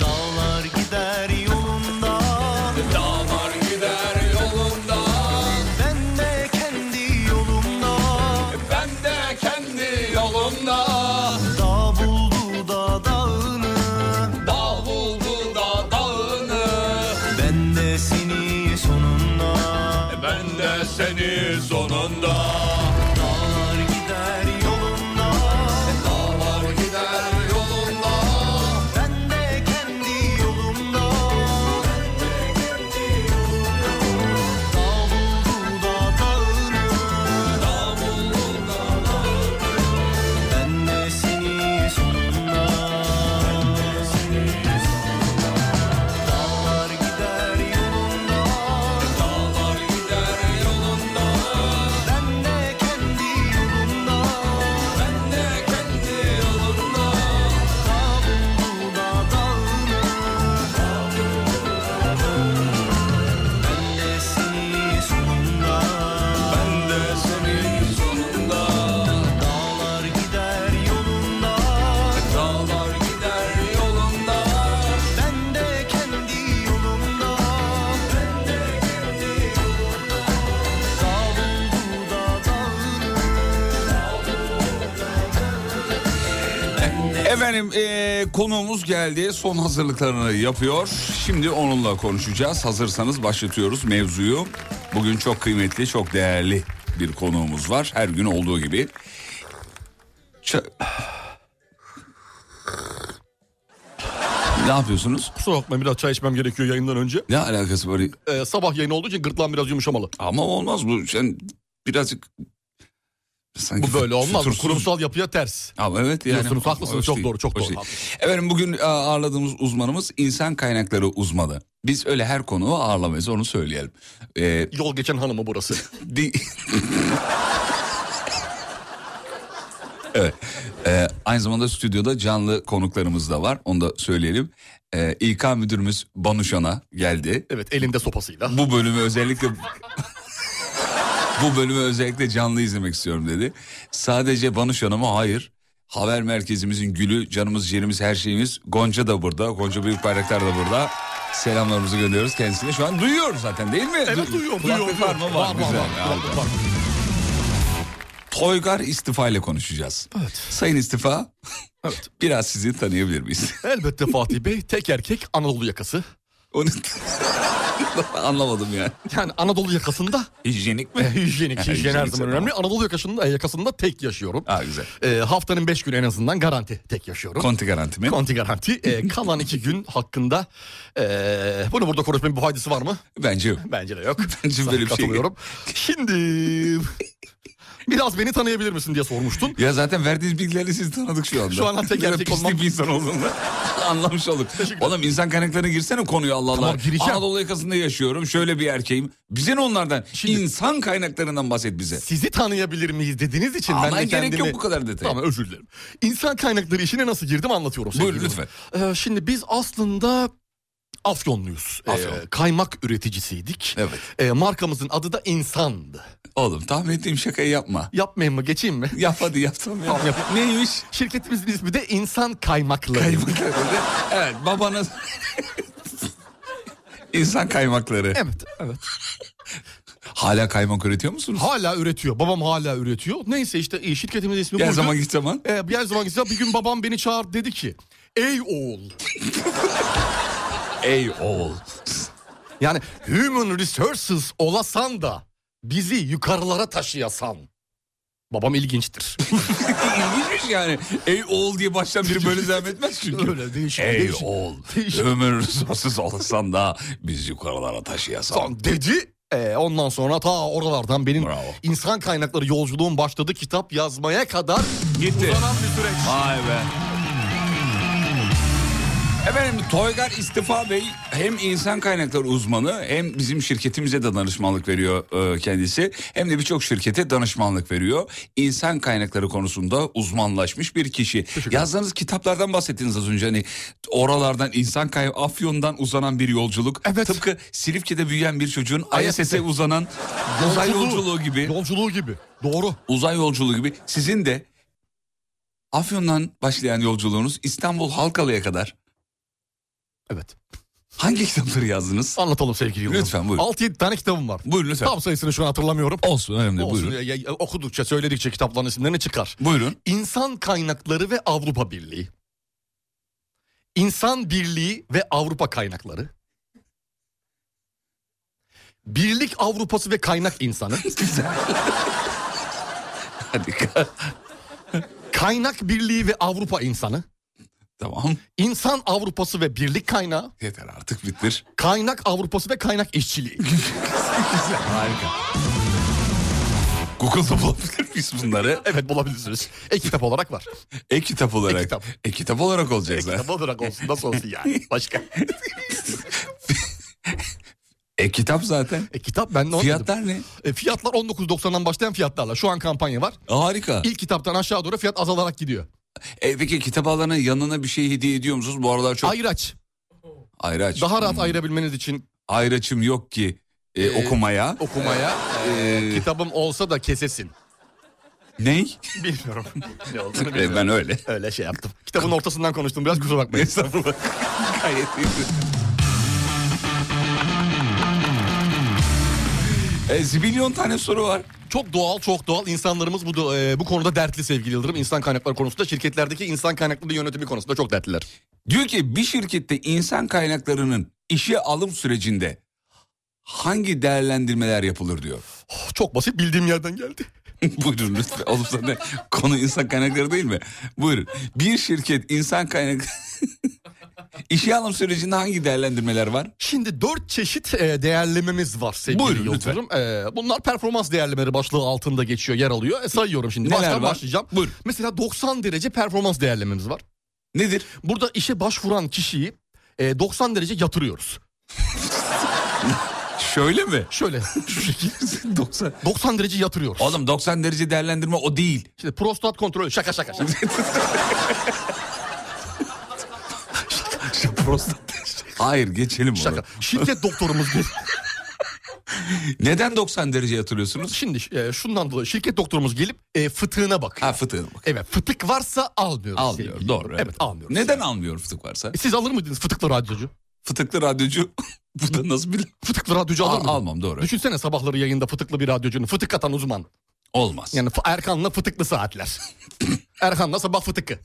S7: Dağlar gider
S4: Efendim eee konuğumuz geldi. Son hazırlıklarını yapıyor. Şimdi onunla konuşacağız. Hazırsanız başlatıyoruz mevzuyu. Bugün çok kıymetli, çok değerli bir konuğumuz var. Her gün olduğu gibi. Ç- ne yapıyorsunuz?
S5: Kusura bakmayın biraz çay içmem gerekiyor yayından önce.
S4: Ne alakası var?
S5: Ee, sabah yayını olduğu için gırtlağım biraz yumuşamalı.
S4: Ama olmaz bu. Sen birazcık... Sanki
S5: Bu böyle olmaz. Bu
S4: fütursuz-
S5: kurumsal yapıya ters.
S4: Ama evet yani. şey,
S5: Diyorsunuz, haklısınız.
S4: Hoş
S5: Çok
S4: değil,
S5: doğru, çok
S4: hoş
S5: doğru.
S4: değil. Efendim bugün e, ağırladığımız uzmanımız insan kaynakları uzmanı. Biz öyle her konuğu ağırlamayız onu söyleyelim. Ee,
S5: Yol geçen hanımı burası.
S4: di- evet. Ee, aynı zamanda stüdyoda canlı konuklarımız da var. Onu da söyleyelim. Ee, İK müdürümüz Banuşan'a geldi.
S5: Evet elinde sopasıyla.
S4: Bu bölümü özellikle bu bölümü özellikle canlı izlemek istiyorum dedi. Sadece Banuş Hanım'a hayır. Haber merkezimizin gülü, canımız, ciğerimiz, her şeyimiz. Gonca da burada. Gonca Büyük Bayraktar da burada. Selamlarımızı gönderiyoruz kendisine. Şu an duyuyor zaten değil mi?
S5: Evet duyuyor
S4: Kulaklık
S5: duyuyor.
S4: var mı?
S5: duyuyor.
S4: Var, güzel.
S5: var,
S4: Aldım.
S5: var.
S4: Toygar istifa ile konuşacağız. Sayın istifa, biraz sizi tanıyabilir miyiz?
S5: Elbette Fatih Bey tek erkek Anadolu yakası.
S4: Onu anlamadım yani.
S5: Yani Anadolu yakasında
S4: Hijyenik mi?
S5: hijyenik, hijyen her
S4: Hijyenik,
S5: zaman
S4: tamam.
S5: önemli. Anadolu yakasında, e, yakasında tek yaşıyorum.
S4: Ha, güzel.
S5: Ee, haftanın 5 günü en azından garanti tek yaşıyorum.
S4: Konti garanti mi?
S5: Konti garanti. Ee, kalan iki gün hakkında ee, bunu burada konuşmanın bir faydası var mı?
S4: Bence yok.
S5: Bence de yok.
S4: Bence
S5: Sana
S4: böyle bir şey
S5: katılıyorum. Şimdi biraz beni tanıyabilir misin diye sormuştun.
S4: Ya zaten verdiğiniz bilgilerle sizi tanıdık şu anda.
S5: Şu an hatta
S4: Ne kadar
S5: gerçek
S4: pislik
S5: olmam-
S4: bir insan olduğunu anlamış olduk. Oğlum insan kaynaklarına girsene konuyu Allah Allah.
S5: Tamam, gireceğim.
S4: Anadolu yakasında yaşıyorum şöyle bir erkeğim. Bize ne onlardan?
S5: Şimdi-
S4: İnsan kaynaklarından bahset bize.
S5: Sizi tanıyabilir miyiz dediğiniz için
S4: Ama
S5: ben de
S4: gerek
S5: kendimi...
S4: yok bu kadar detaya.
S5: Tamam özür dilerim. İnsan kaynakları işine nasıl girdim anlatıyorum. sevgili
S4: Buyurun,
S5: dostum. Ee, şimdi biz aslında Afyonluyuz. Ee,
S4: Afyon.
S5: kaymak üreticisiydik.
S4: Evet.
S5: Ee, markamızın adı da insandı.
S4: Oğlum tahmin ettiğim şakayı yapma.
S5: Yapmayayım mı geçeyim mi?
S4: Yap hadi yapsam ya.
S5: Tamam, yap.
S4: Neymiş?
S5: Şirketimizin ismi de insan kaymakları.
S4: Kaymakları. evet babanız... İnsan kaymakları.
S5: Evet evet.
S4: Hala kaymak üretiyor musunuz?
S5: Hala üretiyor. Babam hala üretiyor. Neyse işte iyi, şirketimizin ismi
S4: Gel
S5: buydu.
S4: zaman git zaman.
S5: Ee, bir her zaman güzel. Bir gün babam beni çağırdı dedi ki ey oğul
S4: Ey oğul.
S5: yani human resources olasan da bizi yukarılara taşıyasan. Babam ilginçtir.
S4: İlginçmiş yani. Ey oğul diye baştan biri böyle devam etmez çünkü.
S5: Öyle değişik.
S4: Ey
S5: değişik.
S4: oğul
S5: Değişik.
S4: ömür sonsuz olsan da biz yukarılara taşıyasan.
S5: Son dedi. Ee, ondan sonra ta oralardan benim
S4: Bravo.
S5: insan kaynakları yolculuğum başladı. Kitap yazmaya kadar
S4: Gitti.
S5: uzanan bir süreç.
S4: Vay be. Efendim Toygar İstifa Bey hem insan kaynakları uzmanı hem bizim şirketimize de danışmanlık veriyor e, kendisi. Hem de birçok şirkete danışmanlık veriyor. İnsan kaynakları konusunda uzmanlaşmış bir kişi. Yazdığınız kitaplardan bahsettiniz az önce. Hani oralardan insan kay Afyon'dan uzanan bir yolculuk.
S5: Evet.
S4: Tıpkı Silifke'de büyüyen bir çocuğun ISS'e uzanan uzay yolculuğu gibi.
S5: Yolculuğu gibi. Doğru.
S4: uzay yolculuğu gibi sizin de Afyon'dan başlayan yolculuğunuz İstanbul Halkalı'ya kadar
S5: Evet.
S4: hangi kitapları yazdınız?
S5: Anlatalım sevgili Yıldırım.
S4: Lütfen, buyurun.
S5: 6-7 tane kitabım var.
S4: Buyurun lütfen.
S5: Tam sayısını şu an hatırlamıyorum.
S4: Olsun önemli değil,
S5: Olsun,
S4: buyurun.
S5: ya- ya- okudukça söyledikçe kitapların isimlerini çıkar.
S4: Buyurun.
S5: İnsan Kaynakları ve Avrupa Birliği. İnsan Birliği ve Avrupa Kaynakları. Birlik Avrupası ve Kaynak insanı.
S4: Hadi.
S5: Kaynak Birliği ve Avrupa insanı.
S4: tamam.
S5: İnsan Avrupası ve Birlik Kaynağı.
S4: Yeter artık bitir.
S5: Kaynak Avrupası ve Kaynak işçiliği.
S4: Harika. Google'da bulabilir miyiz bunları?
S5: evet bulabilirsiniz. E-kitap olarak var.
S4: E-kitap olarak.
S5: E-kitap.
S4: E-kitap olarak olacak zaten.
S5: E-kitap olarak olsun nasıl olsun yani. Başka.
S4: E-kitap zaten.
S5: E-kitap ben de onu dedim.
S4: Fiyatlar ne?
S5: E, fiyatlar 19.90'dan başlayan fiyatlarla. Şu an kampanya var.
S4: Harika.
S5: İlk kitaptan aşağı doğru fiyat azalarak gidiyor.
S4: E, peki kitap alana yanına bir şey hediye ediyor musunuz? Bu aralar çok...
S5: Ayraç.
S4: Ayraç.
S5: Daha rahat ayırabilmeniz için
S4: Ayraçım yok ki e, okumaya.
S5: okumaya
S4: Ee,
S5: kitabım olsa da kesesin.
S4: Ney?
S5: Bilmiyorum. ne olduğunu
S4: E,
S5: bilmiyorum.
S4: ben öyle.
S5: Öyle şey yaptım. Kitabın ortasından konuştum biraz kusura bakmayın.
S4: Estağfurullah. Gayet iyi. E, zibilyon tane soru var.
S5: Çok doğal, çok doğal. İnsanlarımız bu do- e, bu konuda dertli sevgili Yıldırım. İnsan kaynakları konusunda, şirketlerdeki insan kaynakları yönetimi konusunda çok dertliler.
S4: Diyor ki bir şirkette insan kaynaklarının işe alım sürecinde hangi değerlendirmeler yapılır diyor.
S5: Oh, Çok basit bildiğim yerden geldi.
S4: Buyurun lütfen. Oğlum zaten konu insan kaynakları değil mi? Buyurun. Bir şirket insan kaynak... İşe alım sürecinde hangi değerlendirmeler var?
S5: Şimdi dört çeşit e, değerlememiz var sevgili
S4: Buyurun,
S5: Yıldırım. E, bunlar performans değerlemeleri başlığı altında geçiyor, yer alıyor. E, sayıyorum şimdi.
S4: Neler
S5: Baştan
S4: var?
S5: başlayacağım.
S4: Buyur.
S5: Mesela 90 derece performans değerlememiz var.
S4: Nedir?
S5: Burada işe başvuran kişiyi e, 90 derece yatırıyoruz.
S4: Şöyle mi?
S5: Şöyle şu şekilde
S4: 90.
S5: 90 derece yatırıyoruz.
S4: Oğlum 90 derece değerlendirme o değil.
S5: Şimdi prostat kontrolü şaka şaka şaka.
S4: Hayır geçelim onu.
S5: şaka. Şirket doktorumuz gel-
S4: Neden 90 derece yatırıyorsunuz?
S5: Şimdi e, şundan dolayı şirket doktorumuz gelip e, fıtığına bak.
S4: Ha fıtığına bak.
S5: Evet fıtık varsa almıyoruz.
S4: Almıyor
S5: sevgili
S4: doğru.
S5: Yıldırım. Evet almıyoruz.
S4: Neden almıyor fıtık varsa?
S5: E, Siz alır mıydınız fıtıklı radyocu?
S4: Fıtıklı radyocu bu da nasıl bir...
S5: Fıtıklı radyocu alır
S4: Al,
S5: mıydınız?
S4: almam doğru.
S5: Düşünsene sabahları yayında fıtıklı bir radyocunun fıtık atan uzman.
S4: Olmaz.
S5: Yani F- Erkan'la fıtıklı saatler. Erkan'la sabah fıtıkı.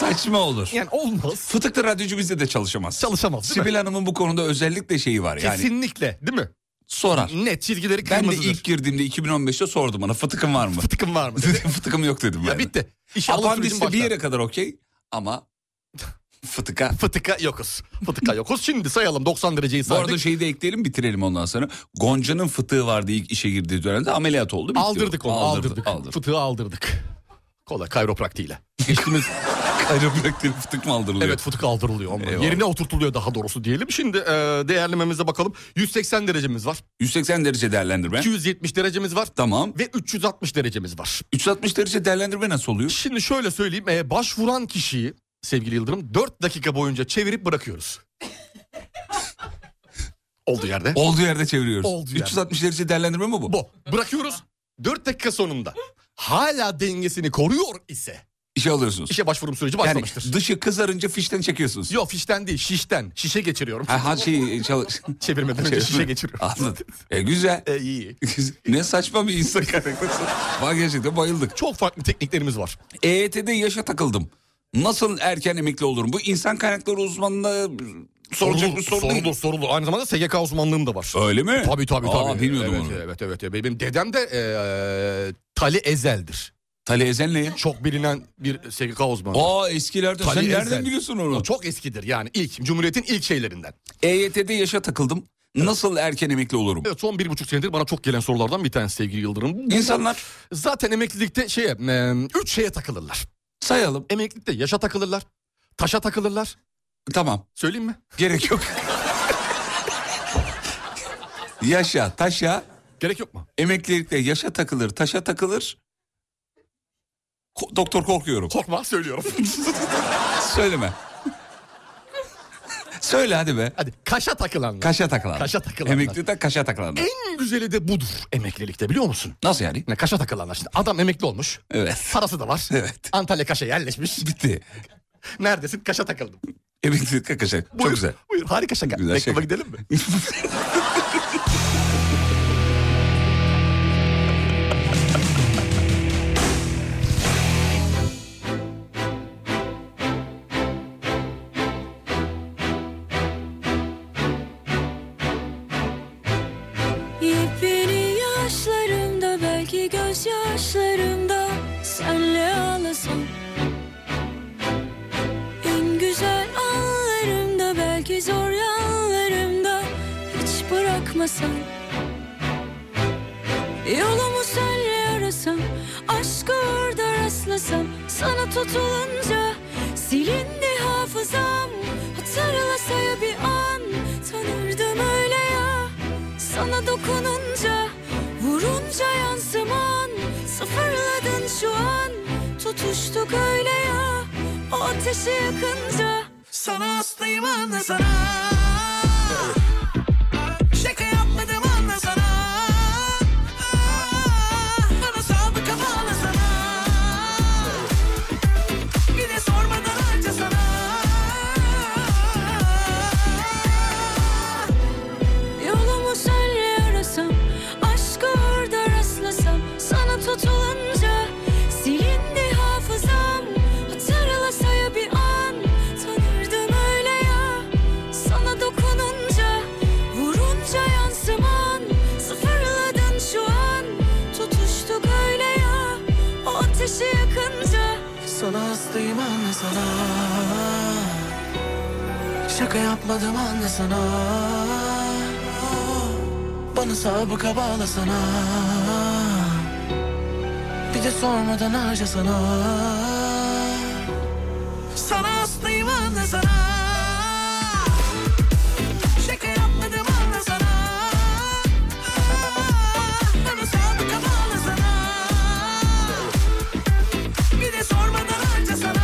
S4: Saçma olur.
S5: Yani olmaz.
S4: Fıtıklı radyocu bizde de çalışamaz.
S5: Çalışamaz değil mi?
S4: Sibel Hanım'ın bu konuda özellikle şeyi var yani.
S5: Kesinlikle değil mi?
S4: Sorar.
S5: Net çizgileri
S4: Ben de
S5: kırmızıdır.
S4: ilk girdiğimde 2015'te sordum bana fıtıkın var mı?
S5: fıtıkım var mı? dedi.
S4: Fıtıkım yok dedim yani.
S5: ya bitti. İş alım sürecin
S4: Apandiste bir
S5: başlar.
S4: yere kadar okey ama fıtıka.
S5: Fıtıka yokuz. Fıtıka yokuz. Şimdi sayalım 90 dereceyi
S4: Bu arada
S5: saydık.
S4: şeyi de ekleyelim bitirelim ondan sonra. Gonca'nın fıtığı vardı ilk işe girdiği dönemde ameliyat oldu. bitti.
S5: aldırdık onu aldırdık.
S4: aldırdık.
S5: Fıtığı aldırdık. Kolay kayropraktiğiyle.
S4: Geçtiğimiz kayropraktik fıtık mı aldırılıyor?
S5: Evet fıtık aldırılıyor. onunla.
S4: Eyvallah.
S5: Yerine oturtuluyor daha doğrusu diyelim. Şimdi e, değerlememize bakalım. 180 derecemiz var.
S4: 180 derece değerlendirme.
S5: 270 derecemiz var.
S4: Tamam.
S5: Ve 360 derecemiz var.
S4: 360 derece değerlendirme nasıl oluyor?
S5: Şimdi şöyle söyleyeyim. E, başvuran kişiyi sevgili Yıldırım 4 dakika boyunca çevirip bırakıyoruz. Oldu yerde.
S4: Olduğu yerde çeviriyoruz.
S5: Olduğu yerde.
S4: 360 derece değerlendirme mi bu?
S5: Bu. Bırakıyoruz. 4 dakika sonunda hala dengesini koruyor ise
S4: İşe alıyorsunuz.
S5: işe başvurum süreci
S4: yani
S5: başlamıştır.
S4: dışı kızarınca fişten çekiyorsunuz.
S5: Yok fişten değil şişten. Şişe geçiriyorum.
S4: Ha, ha şey çalış. Şey,
S5: Çevirmeden önce şişe geçiriyorum.
S4: Anladım. E, güzel.
S5: E, iyi.
S4: ne saçma bir insan karakteri. Bak gerçekten bayıldık.
S5: Çok farklı tekniklerimiz var.
S4: EYT'de yaşa takıldım. Nasıl erken emekli olurum? Bu insan kaynakları uzmanına sorulacak bir soru
S5: sorulur,
S4: değil.
S5: sorulur. Aynı zamanda SGK uzmanlığım da var.
S4: Öyle mi?
S5: Tabii tabii
S4: Aa,
S5: tabii.
S4: bilmiyordum
S5: evet,
S4: onu.
S5: Evet evet. evet. Benim dedem de eee Tali Ezel'dir.
S4: Tali Ezel ne?
S5: Çok bilinen bir SGK uzmanı.
S4: Aa eskilerden.
S5: Tali
S4: Sen
S5: Ezel.
S4: nereden biliyorsun
S5: O
S4: onu?
S5: çok eskidir yani ilk Cumhuriyet'in ilk şeylerinden.
S4: EYT'de E yaşa takıldım. Nasıl erken emekli olurum?
S5: Evet son bir buçuk senedir bana çok gelen sorulardan bir tanesi sevgili Yıldırım.
S4: İnsanlar
S5: Zaten emeklilikte şeye eee, üç şeye takılırlar.
S4: sayalım.
S5: Emeklilikte yaşa takılırlar, taşa takılırlar.
S4: Tamam.
S5: Söyleyeyim mi?
S4: Gerek yok. yaşa, taşa,
S5: Gerek yok mu?
S4: emeklilikte yaşa takılır, taşa takılır. Ko- Doktor korkuyorum.
S5: Korkma söylüyorum.
S4: Söyleme. Söyle hadi be.
S5: Hadi kaşa takılanlar.
S4: Kaşa takılan.
S5: Kaşa takılanlar. E,
S4: Emeklilikte kaşa takılan.
S5: En güzeli de budur emeklilikte biliyor musun?
S4: Nasıl yani?
S5: Ne kaşa takılanlar şimdi. Adam emekli olmuş.
S4: Evet.
S5: Parası da var.
S4: Evet.
S5: Antalya kaşa yerleşmiş.
S4: Bitti.
S5: Neredesin? Kaşa takıldım.
S4: Emeklilikte kaşa. Çok
S5: Buyur,
S4: güzel.
S5: Buyur harika şaka.
S4: Güzel
S5: Reklama
S4: şaka.
S5: gidelim mi?
S11: Yepyeni yaşlarımda belki gözyaşlarımda senle ağlasam En güzel anlarımda belki zor yanlarımda hiç bırakmasam Yolumu senle arasam aşkı orada rastlasam sana tutulunca silindi hafızam Hatırlasaya bir an tanırdım öyle ya sana dokununca Vurunca yansıman Sıfırladın şu an Tutuştuk öyle ya O ateşi yakınca
S7: Sana hastayım anla sana Şaka yapmadım anla sana Bana sabıka bağla sana Bir de sormadan harca sana
S11: Yolumu senle arasam Aşkı orada rastlasam
S7: Sana hastayım anne sana Şaka yapmadım anne sana Bana sabıka bağla sana Bir de sormadan harca sana Sana hastayım anne sana Şaka yapmadım anne sana Bana sabıka bağla sana bir de sormadan harca sana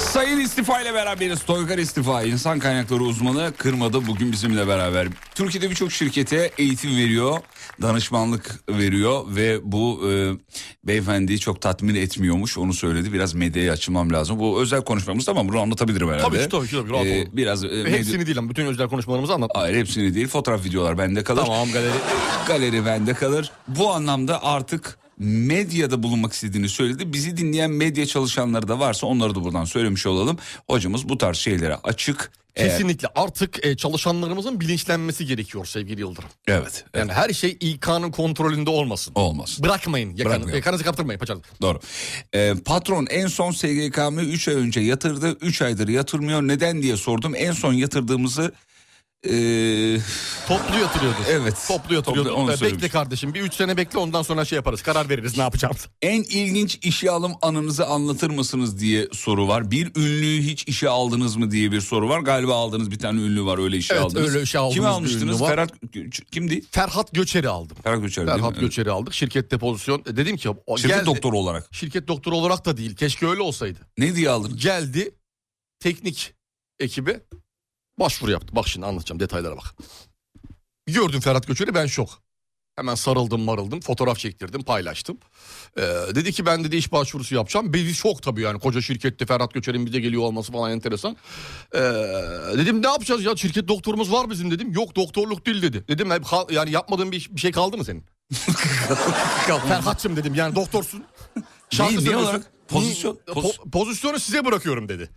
S4: Sayın istifa ile beraberiz. Toygar istifa. İnsan kaynakları uzmanı kırmadı bugün bizimle beraber. Türkiye'de birçok şirkete eğitim veriyor, danışmanlık veriyor ve bu e, beyefendiyi çok tatmin etmiyormuş. Onu söyledi. Biraz medyaya açılmam lazım. Bu özel konuşmamız tamam. Bunu anlatabilirim herhalde.
S5: Tabii ki, tabii ki, tabii ki, rahat olun.
S4: Biraz e, medya-
S5: Hepsini değil ama bütün özel konuşmalarımızı anlat.
S4: Hayır hepsini değil fotoğraf videolar bende kalır.
S5: Tamam, galeri.
S4: Galeri bende kalır. Bu anlamda artık medyada bulunmak istediğini söyledi. Bizi dinleyen medya çalışanları da varsa onları da buradan söylemiş olalım. Hocamız bu tarz şeylere açık. Eğer-
S5: Kesinlikle artık e, çalışanlarımızın bilinçlenmesi gerekiyor sevgili Yıldırım.
S4: Evet. evet.
S5: Yani her şey İK'nın kontrolünde olmasın.
S4: Olmaz.
S5: Bırakmayın yakanı,
S4: Bırakmayalım.
S5: yakanızı kaptırmayın paçalı.
S4: Doğru. Ee, patron en son SGK'mı 3 ay önce yatırdı. 3 aydır yatırmıyor. Neden diye sordum. En son yatırdığımızı... ee,
S5: Toplu yatırıyordu.
S4: Evet.
S5: Toplu yatırıyordu.
S4: Toplu, onu
S5: Ee, bekle
S4: söylemiş.
S5: kardeşim bir 3 sene bekle ondan sonra şey yaparız. Karar veririz ne yapacağımızı.
S4: En ilginç işe alım anınızı anlatır mısınız diye soru var. Bir ünlüyü hiç işe aldınız mı diye bir soru var. Galiba aldınız bir tane ünlü var öyle işe
S5: Evet,
S4: aldınız.
S5: öyle işe aldığımız
S4: Kimi
S5: bir
S4: almıştınız?
S5: ünlü var.
S4: Ferhat kimdi?
S5: Ferhat Göçer'i aldım.
S4: Ferhat Göçer değil
S5: Ferhat
S4: mi?
S5: Göçer'i aldık. Şirkette pozisyon. E, Dedim ki o
S4: Şirket
S5: geldi.
S4: doktoru olarak.
S5: Şirket doktoru olarak da değil. Keşke öyle olsaydı.
S4: Ne diye aldınız?
S5: Geldi teknik ekibi başvuru yaptı. Bak şimdi anlatacağım detaylara bak. Gördüm Ferhat Göçer'i ben şok. Hemen sarıldım marıldım fotoğraf çektirdim paylaştım. Ee, dedi ki ben dedi iş başvurusu yapacağım. Bizi şok tabii yani koca şirkette Ferhat Göçer'in bize geliyor olması falan enteresan. Ee, dedim ne yapacağız ya şirket doktorumuz var bizim dedim. Yok doktorluk değil dedi. Dedim "Hep ha- yani yapmadığın bir, bir şey kaldı mı senin? Ferhat'cığım dedim yani doktorsun.
S4: Ne- ne
S5: söylüyorsun.
S4: olarak? Pozisyon-
S5: Po-
S4: poz-
S5: pozisyonu size bırakıyorum dedi.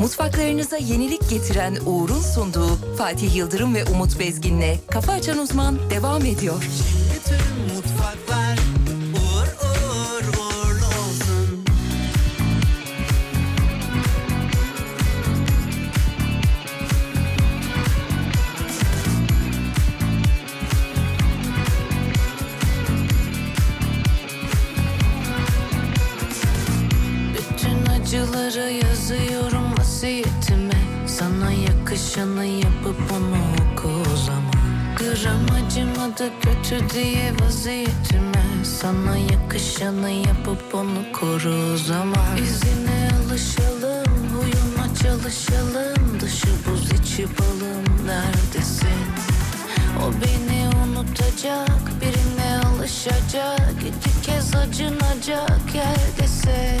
S1: Mutfaklarınıza yenilik getiren Uğur'un sunduğu Fatih Yıldırım ve Umut Bezgin'le Kafa Açan Uzman devam ediyor.
S7: Bütün mutfaklar uğur uğur uğurlu olsun
S6: Bütün acıları yazıyorum vasiyetime Sana yakışanı yapıp onu oku o zaman Gram acımadı kötü diye vaziyetime Sana yakışanı yapıp onu koru o zaman İzine alışalım, huyuna çalışalım Dışı buz içi balım neredesin? O beni unutacak, birine alışacak İki kez acınacak yerdesin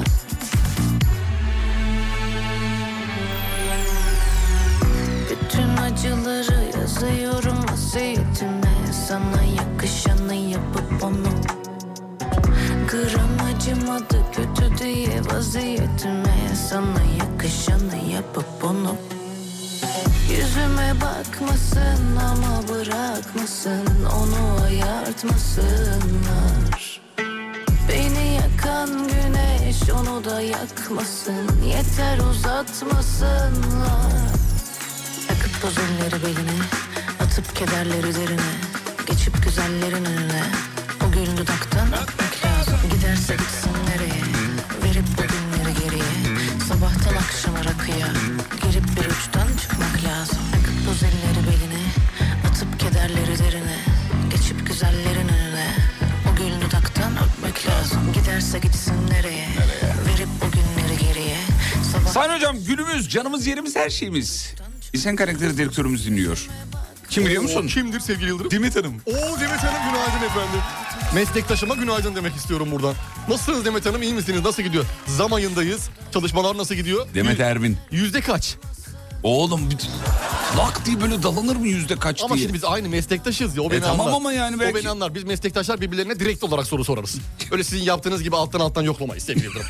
S6: Bütün acıları yazıyorum vasiyetime Sana yakışanı yapıp onu Gram acımadı kötü diye vaziyetime Sana yakışanı yapıp onu Yüzüme bakmasın ama bırakmasın Onu ayartmasınlar Beni yakan güneş onu da yakmasın Yeter uzatmasınlar Akıp
S12: Toz elleri beline Atıp kederleri derine Geçip güzellerin önüne O gül dudaktan öpmek lazım Giderse gitsin nereye Verip o günleri geriye Sabahtan akşama rakıya Girip bir uçtan çıkmak lazım Takıp toz elleri beline Atıp kederleri derine Geçip güzellerin önüne O gül dudaktan öpmek lazım Giderse gitsin nereye Verip o günleri geriye
S4: Sayın hocam günümüz, canımız, yerimiz, her şeyimiz. İsen karakteri direktörümüz dinliyor. Kim biliyor musun?
S5: Kimdir sevgili Yıldırım?
S4: Demet Hanım.
S5: Oo Demet Hanım günaydın efendim. Meslektaşıma günaydın demek istiyorum buradan. Nasılsınız Demet Hanım iyi misiniz? Nasıl gidiyor? Zam ayındayız. Çalışmalar nasıl gidiyor?
S4: Demet
S5: Yü-
S4: Erbil.
S5: Yüzde kaç?
S4: Oğlum bütün- lak diye böyle dalınır mı yüzde kaç
S5: Ama
S4: diye?
S5: şimdi biz aynı meslektaşız ya o
S4: E
S5: beni
S4: tamam
S5: anlar.
S4: ama yani belki-
S5: O beni anlar. Biz meslektaşlar birbirlerine direkt olarak soru sorarız. Öyle sizin yaptığınız gibi alttan alttan yoklamayız sevgili Yıldırım.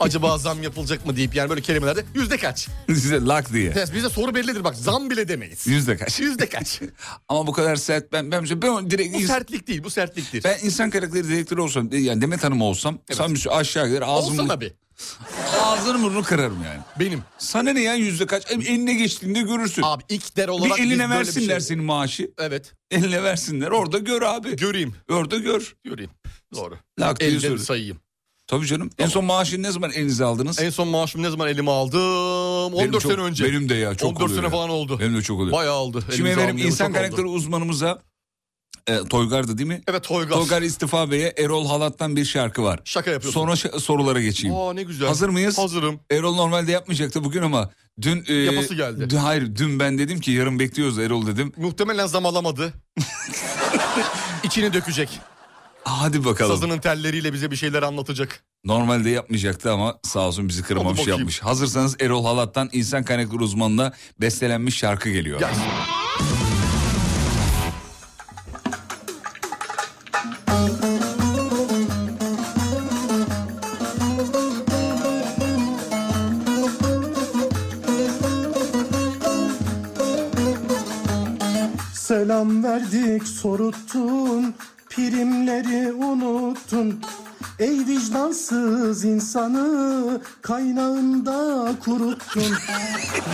S5: Acaba zam yapılacak mı deyip yani böyle kelimelerde yüzde kaç?
S4: Size lak diye.
S5: Biz Bizde soru bellidir bak zam bile demeyiz.
S4: Yüzde kaç.
S5: Yüzde kaç?
S4: Ama bu kadar sert ben ben, ben direkt
S5: Bu
S4: ins-
S5: sertlik değil bu sertliktir.
S4: ben insan karakteri direktörü olsam e, yani Demet Hanım olsam sen bir aşağı gider
S5: Olsa
S4: ağzımı
S5: tabii.
S4: ağzını burnunu kırarım yani.
S5: Benim.
S4: Sana ne ya yüzde kaç? E, Eline geçtiğinde görürsün.
S5: Abi ikler olarak
S4: bir
S5: biz
S4: eline
S5: böyle bir
S4: versinler
S5: şey-
S4: senin maaşı.
S5: Evet.
S4: Eline versinler. Orada gör abi.
S5: Göreyim.
S4: Orada gör.
S5: Göreyim. Doğru.
S4: Lak diye
S5: Elden
S4: söyle.
S5: sayayım.
S4: Tabii canım. En son maaşını ne zaman elinize aldınız?
S5: En son maaşımı ne zaman elime aldım? 14
S4: Benim çok-
S5: sene önce.
S4: Benim de ya çok
S5: 14
S4: oluyor
S5: sene
S4: ya.
S5: falan oldu.
S4: Benim de çok oluyor.
S5: Bayağı oldu.
S4: Şimdi
S5: Elimize
S4: efendim
S5: almayalı
S4: insan
S5: çok oldu.
S4: karakteri uzmanımıza e, Toygar'dı değil mi?
S5: Evet Toygar.
S4: Tolgar İstifa Bey'e Erol Halat'tan bir şarkı var.
S5: Şaka yapıyorsun.
S4: Sonra şa- sorulara geçeyim.
S5: Aa ne güzel.
S4: Hazır mıyız?
S5: Hazırım.
S4: Erol normalde yapmayacaktı bugün ama dün... e,
S5: Yapası geldi.
S4: dün- hayır dün ben dedim ki yarın bekliyoruz Erol dedim.
S5: Muhtemelen zam alamadı. İçini dökecek.
S4: Hadi bakalım.
S5: Sazının telleriyle bize bir şeyler anlatacak.
S4: Normalde yapmayacaktı ama sağ olsun bizi
S5: Hadi
S4: kırmamış
S5: bakayım.
S4: yapmış. Hazırsanız Erol Halat'tan insan kaynakları uzmanına bestelenmiş şarkı geliyor.
S5: Ya.
S13: Selam verdik soruttun Primleri unuttun Ey vicdansız insanı kaynağında kuruttun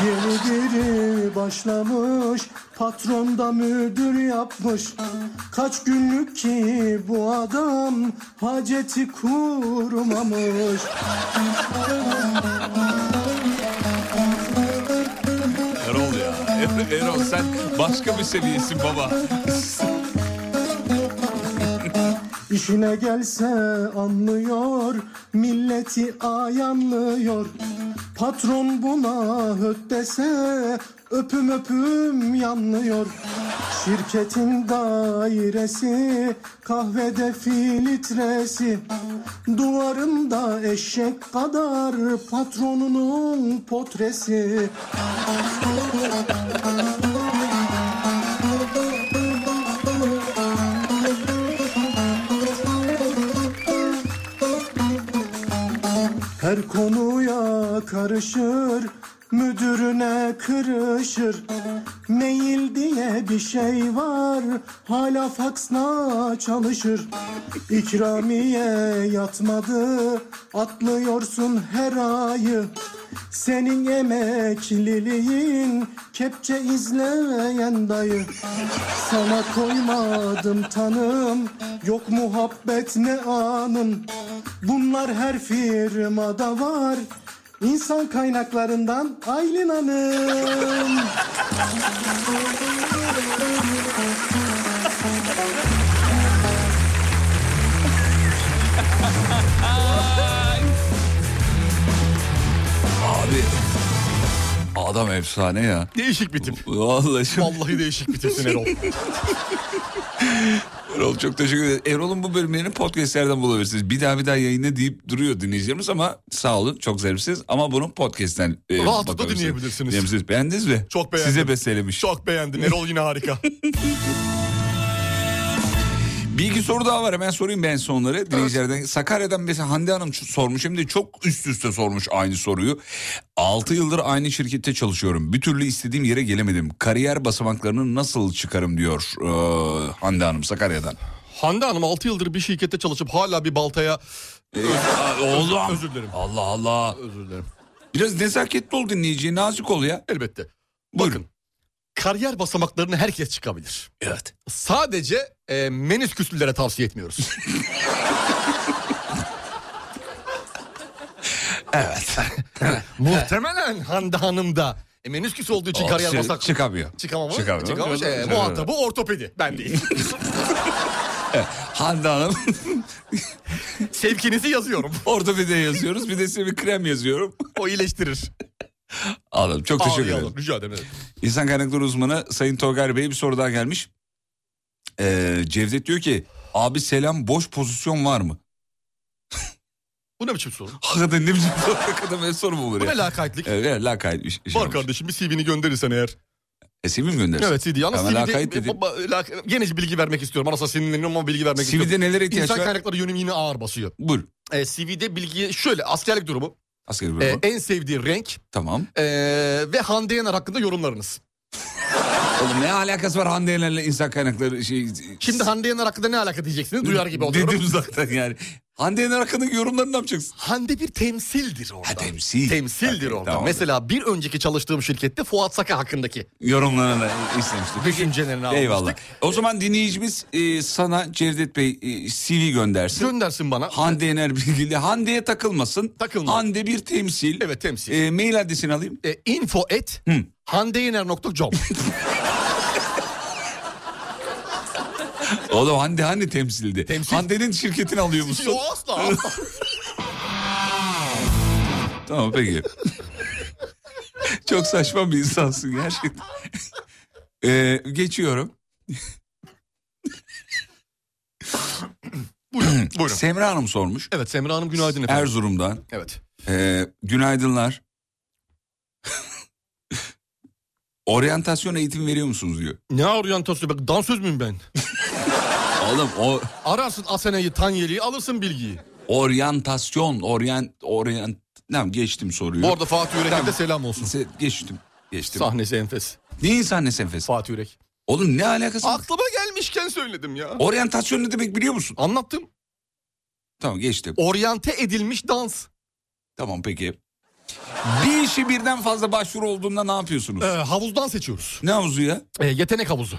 S13: Yeni biri başlamış patron da müdür yapmış Kaç günlük ki bu adam haceti kurmamış
S4: Erol ya. Er- Erol sen başka bir seviyesin baba.
S13: İşine gelse anlıyor, milleti ayanlıyor. Patron buna höt dese öpüm öpüm yanlıyor. Şirketin dairesi, kahvede filtresi. Duvarında eşek kadar patronunun potresi. Her konuya karışır, müdürüne kırışır. Mail diye bir şey var, hala faksla çalışır. İkramiye yatmadı, atlıyorsun her ayı. Senin emekliliğin kepçe izleyen dayı. Sana koymadım tanım Yok muhabbet ne anın Bunlar her firmada var İnsan kaynaklarından Aylin Hanım
S4: Abi adam efsane ya.
S5: Değişik bir tip.
S4: Vallahi şu
S5: Vallahi değişik bir tipsin Erol.
S4: Erol çok teşekkür ederim. Erol'un bu bölümlerini podcastlerden bulabilirsiniz. Bir daha bir daha yayında deyip duruyor dinleyicilerimiz ama sağ olun çok zevksiz. Ama bunun podcast'ten e,
S5: Rahatlıkla
S4: bakabilirsiniz.
S5: dinleyebilirsiniz.
S4: Dinleyebilirsiniz. Beğendiniz mi?
S5: Çok beğendim.
S4: Size bestelemiş.
S5: Çok beğendim. Erol yine harika.
S4: Bir iki soru daha var hemen sorayım ben sonları. Dinleyicilerden Sakarya'dan mesela Hande Hanım ç- sormuş hem de çok üst üste sormuş aynı soruyu. 6 yıldır aynı şirkette çalışıyorum. Bir türlü istediğim yere gelemedim. Kariyer basamaklarını nasıl çıkarım diyor ee, Hande Hanım Sakarya'dan.
S5: Hande Hanım 6 yıldır bir şirkette çalışıp hala bir baltaya...
S4: Ee, Aa, Oğlum.
S5: özür dilerim.
S4: Allah Allah.
S5: Özür dilerim.
S4: Biraz nezaketli ol dinleyiciye nazik ol ya.
S5: Elbette.
S4: Buyurun.
S5: Bakın. kariyer basamaklarını herkes çıkabilir. Evet. Sadece e, menisküslülere tavsiye etmiyoruz. evet. Muhtemelen Hande Hanım da e, menisküs olduğu için
S4: O
S5: kariyer
S4: çı-
S5: basamak...
S4: çıkamıyor.
S5: Çıkamamış.
S4: Çıkamıyor.
S5: Çıkamamış. E,
S4: Çıkamıyor.
S5: muhatabı ortopedi. Ben değil.
S4: Hande Hanım.
S5: Sevkinizi yazıyorum.
S4: Orada bir de yazıyoruz. Bir de size bir krem yazıyorum.
S5: O iyileştirir.
S4: Alalım. Çok teşekkür
S5: Ağlayalım,
S4: ederim.
S5: Rica ederim.
S4: İnsan kaynakları uzmanı Sayın Tolgar Bey'e bir soru daha gelmiş. Ee, Cevdet diyor ki abi selam boş pozisyon var mı?
S5: Bu ne biçim soru?
S4: Hakikaten ne bileyim hakikaten böyle soru mu olur
S5: Bu
S4: ya?
S5: ne lakaytlık?
S4: Evet lakayt. iş- iş
S5: Var
S4: olmuş.
S5: kardeşim bir CV'ni gönderirsen eğer.
S4: E, CV mi göndersin?
S5: Evet CD. Yalnız
S4: Ama
S5: CV'de
S4: lakayt dedi.
S5: Ba- lak- gene bilgi vermek istiyorum. Arasında sinirleniyorum ama bilgi vermek
S4: CV'de
S5: istiyorum.
S4: nelere ihtiyaç
S5: İnsan
S4: var?
S5: kaynakları yönüm yine ağır basıyor.
S4: Buyur.
S5: Ee, CV'de bilgi şöyle askerlik durumu.
S4: Askeri
S5: Ee,
S4: grubu.
S5: en sevdiği renk
S4: tamam.
S5: ee, ve Hande Yener hakkında yorumlarınız.
S4: Oğlum ne alakası var Hande Yener'le insan kaynakları şey...
S5: Şimdi Hande Yener hakkında ne alaka diyeceksiniz duyar gibi oluyorum.
S4: Dedim zaten yani. Hande Yener hakkındaki yorumlarını ne yapacaksın?
S5: Hande bir temsildir orada.
S4: Ha temsil.
S5: Temsildir orada.
S4: tamam.
S5: Mesela bir önceki çalıştığım şirkette Fuat Saka hakkındaki
S4: Yorumlarını istemiştim. Peki,
S5: düşüncelerini almıştık.
S4: Eyvallah. O zaman dinleyicimiz e, sana Cevdet Bey e, CV göndersin.
S5: Göndersin bana.
S4: Hande Yener bilgili. Hande'ye takılmasın.
S5: Takılma.
S4: Hande bir temsil.
S5: Evet temsil.
S4: E, mail adresini alayım.
S5: E, info et
S4: Hı.
S5: handeyener.com
S4: Oğlum Hande Hande temsildi.
S5: Temsil.
S4: Hande'nin şirketini alıyor musun?
S5: Yo asla.
S4: Tamam peki. Çok saçma bir insansın gerçekten. Ee, geçiyorum.
S5: buyurun, buyurun.
S4: Semra Hanım sormuş.
S5: Evet Semra Hanım günaydın efendim.
S4: Erzurum'dan.
S5: Evet.
S4: Ee, günaydınlar. Oryantasyon eğitimi veriyor musunuz diyor.
S5: Ne oryantasyon? Bak dansöz müyüm ben?
S4: Oğlum o
S5: Ararsın Asena'yı, Tanyeli'yi alırsın bilgiyi.
S4: oryantasyon, orient, orient... Tamam geçtim soruyu.
S5: Bu arada Fatih Yürek'e
S4: Tamam.
S5: de selam olsun.
S4: Se- geçtim. Geçtim.
S5: Sahnesi enfes.
S4: Neyin sahnesi enfes?
S5: Fatih Yürek.
S4: Oğlum ne alakası var?
S5: Aklıma gelmişken söyledim ya.
S4: Oryantasyon ne demek biliyor musun?
S5: Anlattım.
S4: Tamam geçtim.
S5: Oryante edilmiş dans.
S4: Tamam peki. Bir işi birden fazla başvuru olduğunda ne yapıyorsunuz?
S5: Ee, havuzdan seçiyoruz.
S4: Ne havuzu ya?
S5: Ee, yetenek havuzu.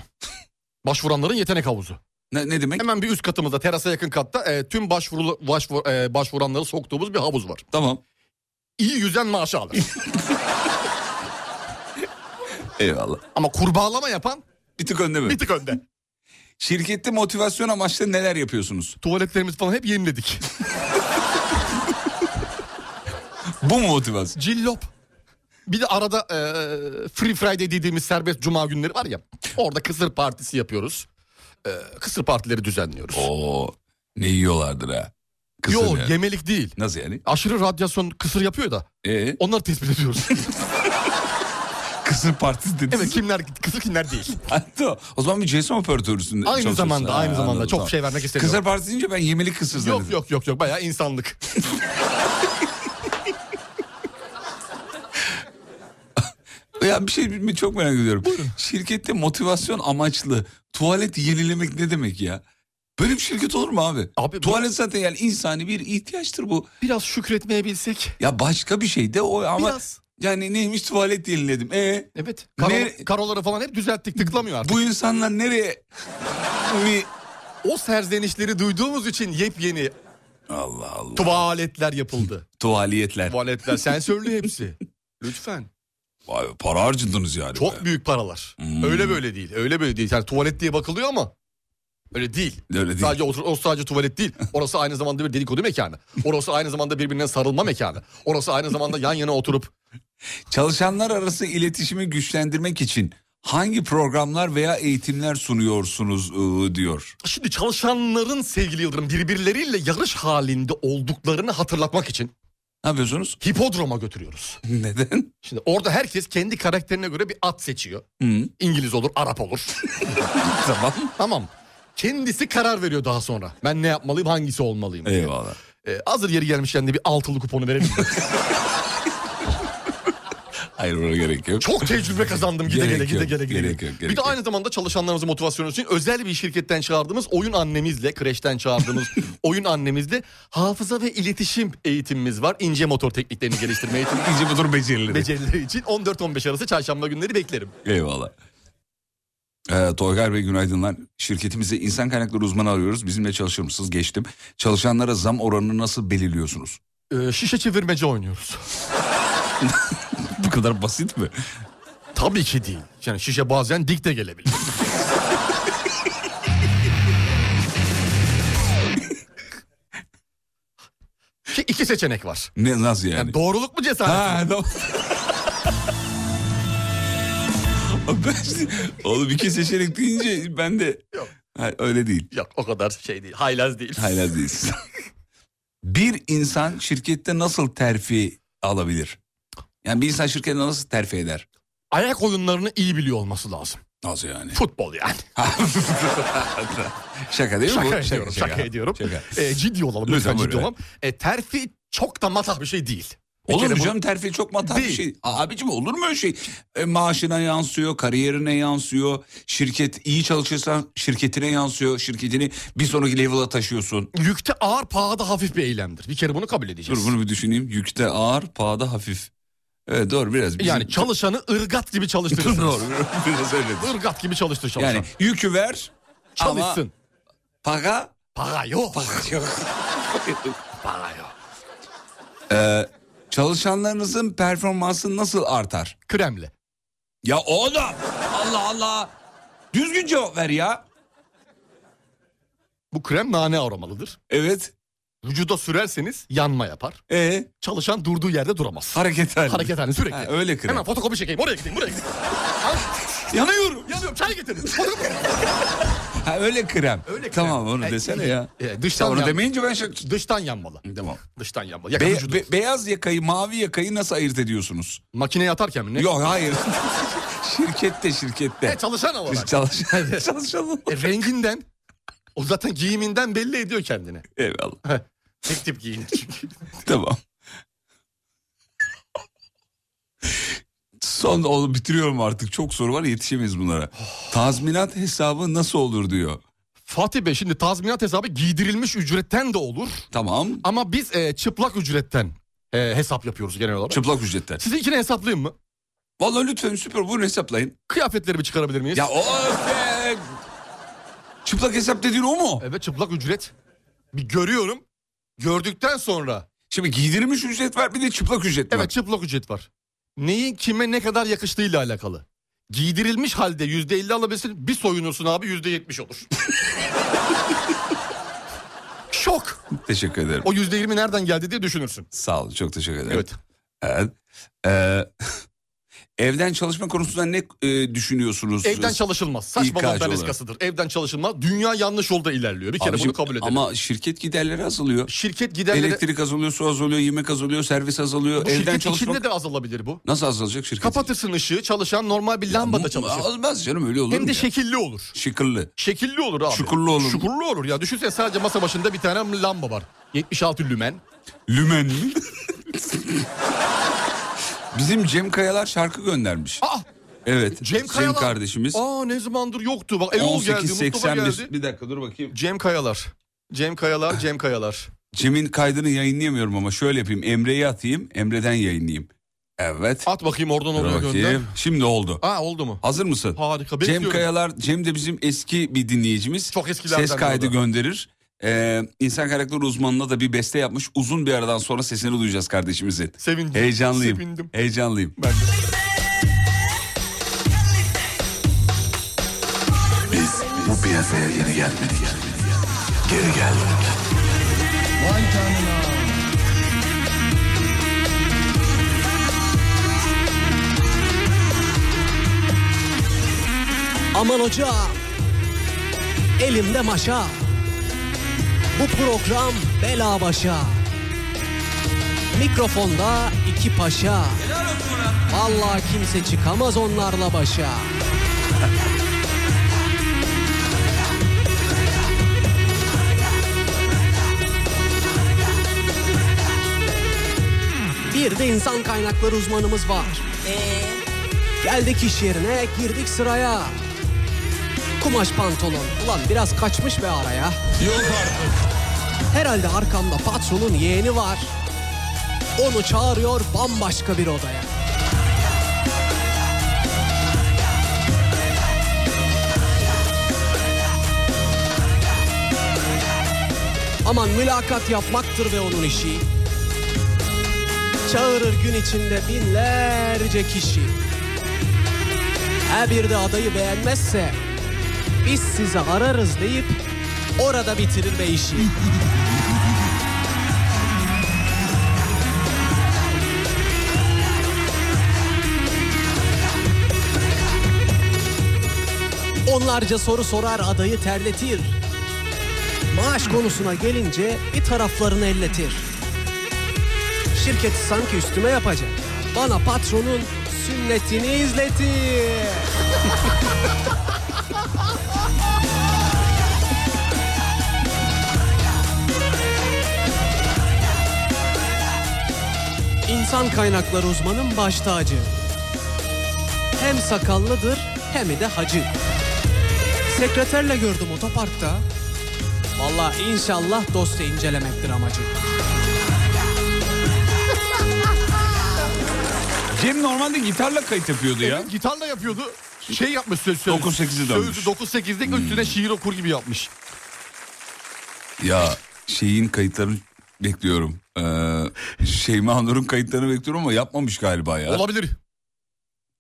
S5: Başvuranların yetenek havuzu.
S4: Ne, ne demek?
S5: Hemen bir üst katımızda terasa yakın katta e, tüm başvurulu, başvur, e, başvuranları soktuğumuz bir havuz var.
S4: Tamam.
S5: İyi yüzen maaşı alır.
S4: Eyvallah.
S5: Ama kurbağalama yapan
S4: Bir tık önde mi?
S5: bir tık önde.
S4: Şirkette motivasyon amaçlı neler yapıyorsunuz?
S5: Tuvaletlerimizi falan hep yeniledik.
S4: Bu mu motivasyon?
S5: Cillop. Bir de arada e, Free Friday dediğimiz serbest cuma günleri var ya. Orada kısır partisi yapıyoruz. E, kısır partileri düzenliyoruz.
S4: Oo, ne yiyorlardır ha? Kısır
S5: Yo
S4: yani.
S5: yemelik değil.
S4: Nasıl yani?
S5: Aşırı radyasyon kısır yapıyor da
S4: Ee,
S5: onları tespit ediyoruz.
S4: kısır partisi dediniz.
S5: evet kimler kısır kimler değil.
S4: Hatta o zaman bir Jason operatörüsünde
S5: Aynı zamanda aynı zamanda çok şey vermek istemiyorum.
S4: Kısır partisi deyince ben yemelik kısır zannettim.
S5: Yok yok yok yok bayağı insanlık.
S4: Ya bir şey mi- çok merak ediyorum. Şirkette motivasyon amaçlı tuvalet yenilemek ne demek ya? Böyle bir şirket olur mu abi?
S5: Abi bu-
S4: tuvalet zaten yani insani bir ihtiyaçtır bu.
S5: Biraz şükretmeye bilsek.
S4: Ya başka bir şey de o ama
S5: Biraz.
S4: yani neymiş tuvalet yeniledim. E
S5: Evet. Karo-
S4: Ne-
S5: Karoları falan hep düzelttik tıklamıyor artık.
S4: bu insanlar nereye mi
S5: O serzenişleri duyduğumuz için yepyeni
S4: Allah Allah.
S5: tuvaletler yapıldı.
S4: Tuvaliyetler.
S5: tuvaletler sensörlü hepsi. Lütfen.
S4: Vay be, para harcadınız yani.
S5: Çok
S4: be.
S5: büyük paralar.
S4: Hmm.
S5: Öyle böyle değil. Öyle böyle değil. Yani tuvalet diye bakılıyor ama öyle değil.
S4: Öyle değil.
S5: Sadece otur- o sadece tuvalet değil. Orası aynı zamanda bir dedikodu mekanı. Orası aynı zamanda birbirine sarılma mekanı. Orası aynı zamanda yan yana oturup
S4: Çalışanlar arası iletişimi güçlendirmek için hangi programlar veya eğitimler sunuyorsunuz ıı, diyor.
S5: Şimdi çalışanların sevgili Yıldırım birbirleriyle yarış halinde olduklarını hatırlatmak için
S4: Ne yapıyorsunuz?
S5: hipodroma götürüyoruz.
S4: Neden?
S5: Şimdi orada herkes kendi karakterine göre bir at seçiyor.
S4: Hı.
S5: İngiliz olur, Arap olur.
S4: Tamam.
S5: tamam. Kendisi karar veriyor daha sonra. Ben ne yapmalıyım, hangisi olmalıyım. diye.
S4: Eyvallah.
S5: Ee, hazır yeri gelmişken de bir altılı kuponu verelim.
S4: Hayır ona gerek yok.
S5: Çok tecrübe kazandım gide
S4: Gerek
S5: gele gide
S4: yok,
S5: gele gide.
S4: gerek yok, gerek
S5: bir de
S4: yok.
S5: aynı zamanda çalışanlarımızın motivasyonu için özel bir şirketten çağırdığımız oyun annemizle, kreşten çağırdığımız oyun annemizle hafıza ve iletişim eğitimimiz var. İnce motor tekniklerini geliştirme eğitimi
S4: İyice bu dur becerileri.
S5: becerileri için 14-15 arası çarşamba günleri beklerim.
S4: Eyvallah. Ee, Toygar Bey günaydınlar. Şirketimize insan kaynakları uzmanı arıyoruz. Bizimle çalışır mısınız? Geçtim. Çalışanlara zam oranını nasıl belirliyorsunuz?
S5: Ee, şişe çevirmece oynuyoruz.
S4: Bu kadar basit mi?
S5: Tabii ki değil. Yani şişe bazen dik de gelebilir. Ki İki seçenek var.
S4: Ne nasıl yani?
S5: Yani doğruluk mu cesaret?
S4: Ha, doğru. Ben- Oğlum iki seçenek deyince ben de... Ha, öyle değil.
S5: Yok o kadar şey değil. Haylaz değil.
S4: Haylaz değilsin. bir insan şirkette nasıl terfi alabilir? Yani bir insan şirkette nasıl terfi eder?
S5: Ayak oyunlarını iyi biliyor olması lazım.
S4: Nasıl yani?
S5: Futbol yani.
S4: Şaka değil mi
S5: şaka
S4: bu?
S5: Ediyorum, şaka, ediyorum.
S4: Şaka.
S5: Ee, ciddi olalım
S4: Lütfen
S5: lütfen, ciddi
S4: buyurun.
S5: olalım. Ee, terfi çok da matah bir şey değil. Bir
S4: Olur
S5: kere
S4: mu
S5: bunu-
S4: canım terfi çok matah bir
S5: Değil.
S4: şey. A- Abicim olur mu öyle şey? E, maaşına yansıyor, kariyerine yansıyor. Şirket iyi çalışırsan şirketine yansıyor. Şirketini bir sonraki level'a taşıyorsun.
S5: Yükte ağır pahada hafif bir eylemdir. Bir kere bunu kabul edeceğiz.
S4: Dur bunu bir düşüneyim. Yükte ağır, pahada hafif. Evet doğru biraz. bizim-
S5: Yani çalışanı ırgat gibi çalıştırırsınız.
S4: Doğru, biraz öyle.
S5: Irgat gibi çalıştır çalışan.
S4: Yani yükü ver ama
S5: Çalışsın.
S4: para
S5: Para yok.
S4: para yok.
S5: Para yok.
S4: Ee, çalışanlarınızın performansı nasıl artar?
S5: Kremle.
S4: Ya o da Allah Allah. Düzgün cevap ver ya.
S5: Bu krem nane aromalıdır.
S4: Evet.
S5: Vücuda sürerseniz yanma yapar.
S4: E
S5: Çalışan durduğu yerde duramaz.
S4: hareket hali.
S5: Hareket halinde sürekli.
S4: Ha, öyle krem.
S5: Hemen fotokopi çekeyim. Oraya gideyim, buraya gideyim. Ay,
S4: Yanıyorum.
S5: Yanıyorum, çay getirin. Fotokopi.
S4: Ha öyle krem.
S5: Öyle krem.
S4: Tamam onu
S5: E,
S4: desene ya.
S5: e,
S4: Ya
S5: dıştan
S4: onu
S5: yan-
S4: demeyince ben şey...
S5: Dıştan yanmalı.
S4: Tamam.
S5: Dıştan yanmalı. Yakın
S4: Be-
S5: vücudu.
S4: be- beyaz yakayı, mavi yakayı nasıl ayırt ediyorsunuz?
S5: Makineye atarken mi ne?
S4: Yok hayır. şirkette şirkette.
S5: E, çalışan olarak.
S4: Çalışalım. Çalışalım.
S5: E, renginden. O zaten giyiminden belli ediyor kendini.
S4: Eyvallah.
S5: Tek tip giyinir çünkü.
S4: Tamam. Son oğlum bitiriyorum artık. Çok soru var yetişemeyiz bunlara.
S5: Oh.
S4: Tazminat hesabı nasıl olur diyor.
S5: Fatih Bey şimdi tazminat hesabı giydirilmiş ücretten de olur.
S4: Tamam.
S5: Ama biz e, çıplak ücretten e, hesap yapıyoruz genel olarak.
S4: Çıplak ücretler.
S5: Size ikine hesaplayayım mı?
S4: Vallahi lütfen süper bunu hesaplayın.
S5: Kıyafetlerimi çıkarabilir miyiz?
S4: Ya o be. Çıplak hesap dediğin o mu?
S5: Evet çıplak ücret. Bir görüyorum. Gördükten sonra.
S4: Şimdi giydirilmiş ücret var bir de çıplak ücret var.
S5: Evet çıplak ücret var. Neyin kime ne kadar yakıştığıyla alakalı. Giydirilmiş halde yüzde elli alabilirsin. Bir soyunursun abi yüzde yetmiş olur. Şok.
S4: Teşekkür ederim.
S5: O yüzde yirmi nereden geldi diye düşünürsün.
S4: Sağ olun çok teşekkür ederim.
S5: Evet.
S4: Evet. Ee, evden çalışma konusunda ne e, düşünüyorsunuz?
S5: Evden çalışılmaz. Saçmalama
S4: İlkaç
S5: daniskasıdır. Evden çalışılmaz. Dünya yanlış yolda ilerliyor. Bir kere
S4: Abicim,
S5: bunu kabul edelim.
S4: Ama şirket giderleri azalıyor.
S5: Şirket giderleri...
S4: Elektrik azalıyor, su azalıyor, yemek azalıyor, servis azalıyor.
S5: Bu
S4: Evden
S5: şirket
S4: çalışmak
S5: içinde de azalabilir bu.
S4: nasıl azalacak şirket?
S5: Kapatırsın ışığı çalışan normal bir lambada çalışır.
S4: Olmaz canım öyle olur mu
S5: Hem de
S4: ya?
S5: şekilli olur.
S4: Şıkırlı.
S5: Şekilli olur abi.
S4: Şukurlu olur.
S5: Şukurlu olur ya. Düşünsene sadece masa başında bir tane lamba var. 76 lümen.
S4: Lümen mi? Bizim Cem Kayalar şarkı göndermiş.
S5: Aa
S4: Evet.
S5: Cem Kayalar.
S4: kardeşimiz.
S5: Aa ne zamandır yoktu. Bak Erol geldi, Mustafa
S4: 1881.
S5: geldi.
S4: Bir dakika dur bakayım.
S5: Cem Kayalar. Cem Kayalar, Cem Kayalar.
S4: Cem'in kaydını yayınlayamıyorum ama şöyle yapayım. Emre'yi atayım, Emre'den yayınlayayım. Evet.
S5: At bakayım oradan
S4: Dur
S5: oraya gönder.
S4: bakayım. Şimdi oldu.
S5: Aa oldu mu?
S4: Hazır mısın?
S5: Harika
S4: Cem
S5: bekliyorum.
S4: Kayalar, Cem de bizim eski bir dinleyicimiz.
S5: Çok eskilerden
S4: Ses kaydı
S5: bu da.
S4: gönderir. Ee, insan kaynakları uzmanına da bir beste yapmış. Uzun bir aradan sonra sesini duyacağız kardeşimizin.
S5: Sevindim.
S4: Heyecanlıyım.
S5: Sevindim.
S4: Heyecanlıyım.
S2: Biz bu piyasaya yeni gelmedik. Geri geldik.
S7: Aman hoca Elimde maşa Bu program bela başa Mikrofonda iki paşa Vallahi kimse çıkamaz onlarla başa Bir de insan kaynakları uzmanımız var.
S6: Ee,
S7: Geldik iş yerine, girdik sıraya. Kumaş pantolon. Ulan biraz kaçmış be araya.
S4: Yok artık.
S7: Herhalde arkamda patronun yeğeni var. Onu çağırıyor bambaşka bir odaya. Aman mülakat yapmaktır ve onun işi. Çağırır gün içinde binlerce kişi. Her bir de adayı beğenmezse biz sizi ararız deyip orada bitirir ve işi. Onlarca soru sorar adayı terletir. Maaş konusuna gelince bir taraflarını elletir. Şirketi sanki üstüme yapacak. Bana patronun sünnetini izletir. İnsan kaynakları uzmanın baş tacı. Hem sakallıdır hem de hacı. Sekreterle gördüm otoparkta. Vallahi inşallah dosya incelemektir amacı.
S4: Cem normalde gitarla kayıt yapıyordu ya.
S5: Gitarla yapıyordu. Şey yapmış söz söz.
S4: 9-8'i dönmüş. Hmm.
S5: Sözü 9-8'lik üstüne şiir okur gibi yapmış.
S4: Ya şeyin kayıtlarını bekliyorum. Ee, Şeyma Hanur'un kayıtlarını bekliyorum ama yapmamış galiba ya.
S5: Olabilir.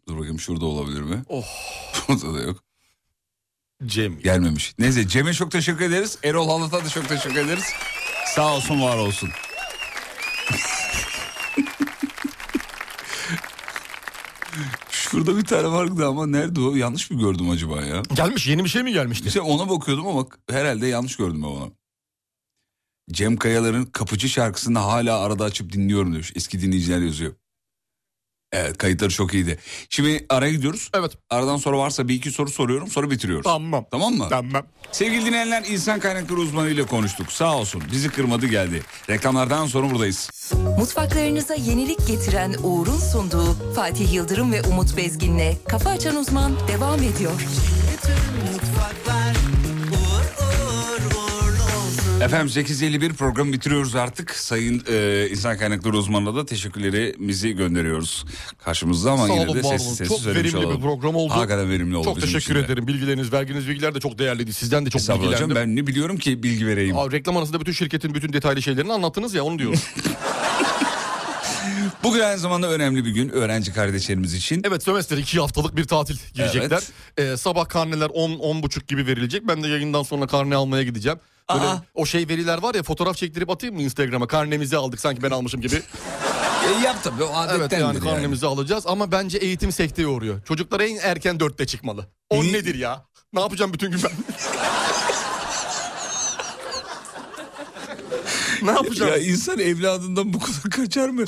S4: Dur bakayım şurada olabilir mi?
S5: Oh.
S4: Burada da yok.
S5: Cem.
S4: Gelmemiş. Neyse Cem'e çok teşekkür ederiz. Erol Halat'a da çok teşekkür ederiz. Sağ olsun var olsun. Şurada bir tane vardı ama nerede o? Yanlış mı gördüm acaba ya?
S5: Gelmiş yeni bir şey mi gelmişti?
S4: İşte ona bakıyordum ama herhalde yanlış gördüm ben onu. Cem Kayalar'ın Kapıcı şarkısını hala arada açıp dinliyorum demiş. Eski dinleyiciler yazıyor. Evet kayıtları çok iyiydi. Şimdi araya gidiyoruz.
S5: Evet.
S4: Aradan sonra varsa bir iki soru soruyorum sonra bitiriyoruz.
S5: Tamam.
S4: Tamam mı?
S5: Tamam.
S4: Sevgili dinleyenler insan kaynakları uzmanıyla konuştuk. Sağ olsun bizi kırmadı geldi. Reklamlardan sonra buradayız.
S1: Mutfaklarınıza yenilik getiren Uğur'un sunduğu Fatih Yıldırım ve Umut Bezgin'le Kafa Açan Uzman devam ediyor.
S4: Efendim 851 programı bitiriyoruz artık. Sayın e, insan kaynakları uzmanına da teşekkürlerimizi gönderiyoruz. Karşımızda ama
S5: Sağ
S4: yine
S5: olun,
S4: de
S5: var
S4: sessiz
S5: olun.
S4: sessiz
S5: Çok
S4: söylemiş
S5: verimli
S4: olalım.
S5: bir program oldu.
S4: Hakikaten verimli oldu
S5: Çok
S4: bizim
S5: teşekkür
S4: için de.
S5: ederim. Bilgileriniz, verginiz, bilgiler de çok değerliydi. Sizden de çok
S4: Estağfurullah hocam,
S5: bilgilendim.
S4: ben ne biliyorum ki bilgi vereyim.
S5: Abi, reklam arasında bütün şirketin bütün detaylı şeylerini anlattınız ya onu diyorum.
S4: Bugün aynı zamanda önemli bir gün öğrenci kardeşlerimiz için.
S5: Evet sömestr iki haftalık bir tatil girecekler. Ee, sabah karneler 10-10.30 gibi verilecek. Ben de yayından sonra karne almaya gideceğim. Böyle o şey veriler var ya fotoğraf çektirip atayım mı Instagram'a? Karnemizi aldık sanki ben almışım gibi.
S4: E, yap tabii o adettendir
S5: Evet
S4: yani.
S5: yani karnemizi alacağız ama bence eğitim sekteye uğruyor. Çocuklar en erken dörtte çıkmalı. O nedir ya? Ne yapacağım bütün gün ben? ne yapacağım?
S4: Ya insan evladından bu kadar kaçar mı?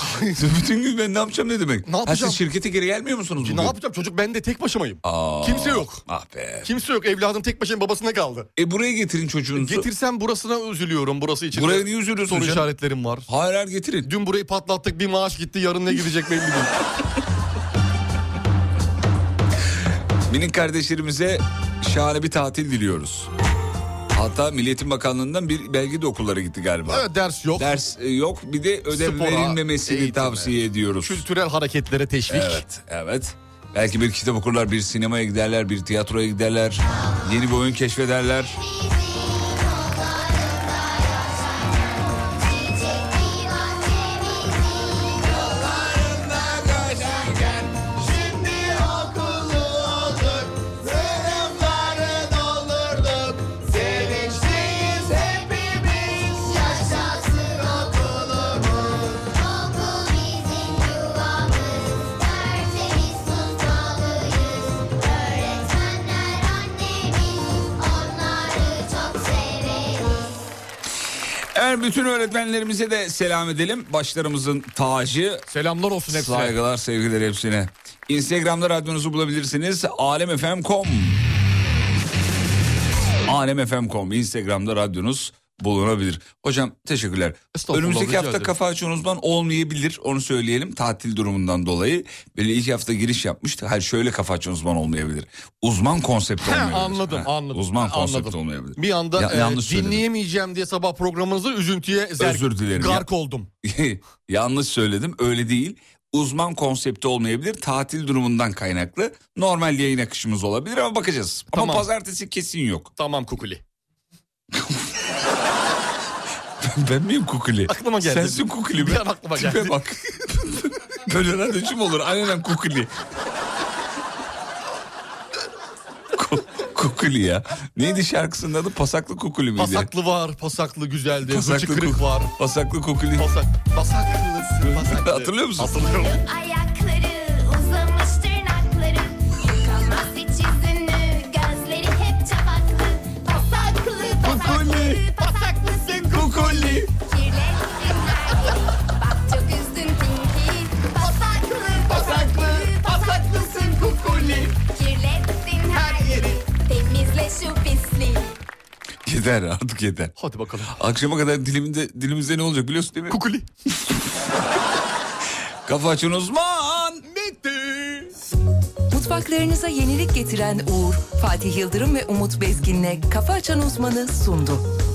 S4: Bütün gün ben ne yapacağım ne demek?
S5: Ne yapacağım?
S4: Ha, siz şirkete geri gelmiyor musunuz bugün?
S5: ne yapacağım? Çocuk ben de tek başımayım.
S4: Aa,
S5: Kimse yok.
S4: Ah be.
S5: Kimse yok. Evladım tek başına babasına kaldı. E,
S4: E buraya getirin çocuğunuzu.
S5: Getirsem burasına üzülüyorum. Burası için.
S4: Buraya
S5: de
S4: niye üzülüyorsun
S5: Soru
S4: canım?
S5: işaretlerim var.
S4: Hayır hayır getirin.
S5: Dün burayı patlattık bir maaş gitti yarın ne gidecek belli değil.
S4: Minik kardeşlerimize şahane bir tatil diliyoruz. Hatta Milliyetin Bakanlığı'ndan bir belge de okullara gitti galiba.
S5: Evet ders yok.
S4: Ders e, yok bir de ödev
S5: Spora,
S4: verilmemesini
S5: eğitime.
S4: tavsiye ediyoruz.
S5: Kültürel hareketlere teşvik.
S4: Evet, evet. Belki bir kitap okurlar, bir sinemaya giderler, bir tiyatroya giderler. Yeni bir oyun keşfederler. Evet, bütün öğretmenlerimize de selam edelim. Başlarımızın tacı.
S5: Selamlar olsun hepsine.
S4: Saygılar, sevgiler hepsine. Instagram'da radyonuzu bulabilirsiniz. alemfm.com alemfm.com Instagram'da radyonuz bulunabilir. Hocam teşekkürler.
S5: Estağfurullah,
S4: Önümüzdeki
S5: rica
S4: hafta
S5: ederim.
S4: kafa açan uzman olmayabilir. Onu söyleyelim tatil durumundan dolayı. Böyle ilk hafta giriş yapmıştı. Hayır şöyle kafa açan uzman olmayabilir. Uzman konsepti
S5: He,
S4: olmayabilir.
S5: anladım
S4: Ha,
S5: anladım.
S4: Uzman konsepti
S5: Anladım.
S4: olmayabilir.
S5: Bir anda
S4: Ya-
S5: e,
S4: yanlış söyledim.
S5: dinleyemeyeceğim diye sabah programınızı üzüntüye zerk,
S4: Özür dilerim ya.
S5: gark oldum.
S4: Yanlış söyledim öyle değil. Uzman konsepti olmayabilir. Tatil durumundan kaynaklı. Normal yayın akışımız olabilir ama bakacağız. Ama
S5: Tamam.
S4: pazartesi kesin yok.
S5: Tamam kukuli.
S4: ben miyim kukuli?
S5: Aklıma geldi.
S4: Sensin kukuli mi?
S5: Bir an aklıma
S4: Tipe
S5: geldi.
S4: bak. Böyle radyocu mu olur? Aynen kukuli. Ku- kukuli ya. Neydi şarkısının adı? Pasaklı kukuli miydi?
S5: Pasaklı var, pasaklı güzeldi. Pasaklı
S4: Pasaklı
S5: kırık
S4: kuk-
S5: var.
S4: Pasaklı kukuli.
S5: Pasak, pasaklısı, pasaklı.
S4: Hatırlıyor musun?
S5: Hatırlıyorum.
S7: Ayakları uzamış tırnakları Yıkamaz hiç izini Gözleri hep çapaklı Pasaklı pasaklı Pasaklısın kukuli Kirlettin belki Bak çok üzdün Pinky Pasaklı pasaklı Pasaklısın kukuli Kirlettin her yeri Temizle şu pisliği
S4: Yeter artık yeter.
S5: Hadi bakalım.
S4: Akşama kadar dilimde, dilimizde ne olacak biliyorsun değil mi?
S5: Kukuli.
S4: Kafa açın uzman.
S1: Mutfaklarınıza yenilik getiren Uğur, Fatih Yıldırım ve Umut Bezgin'le Kafa Açan Uzman'ı sundu.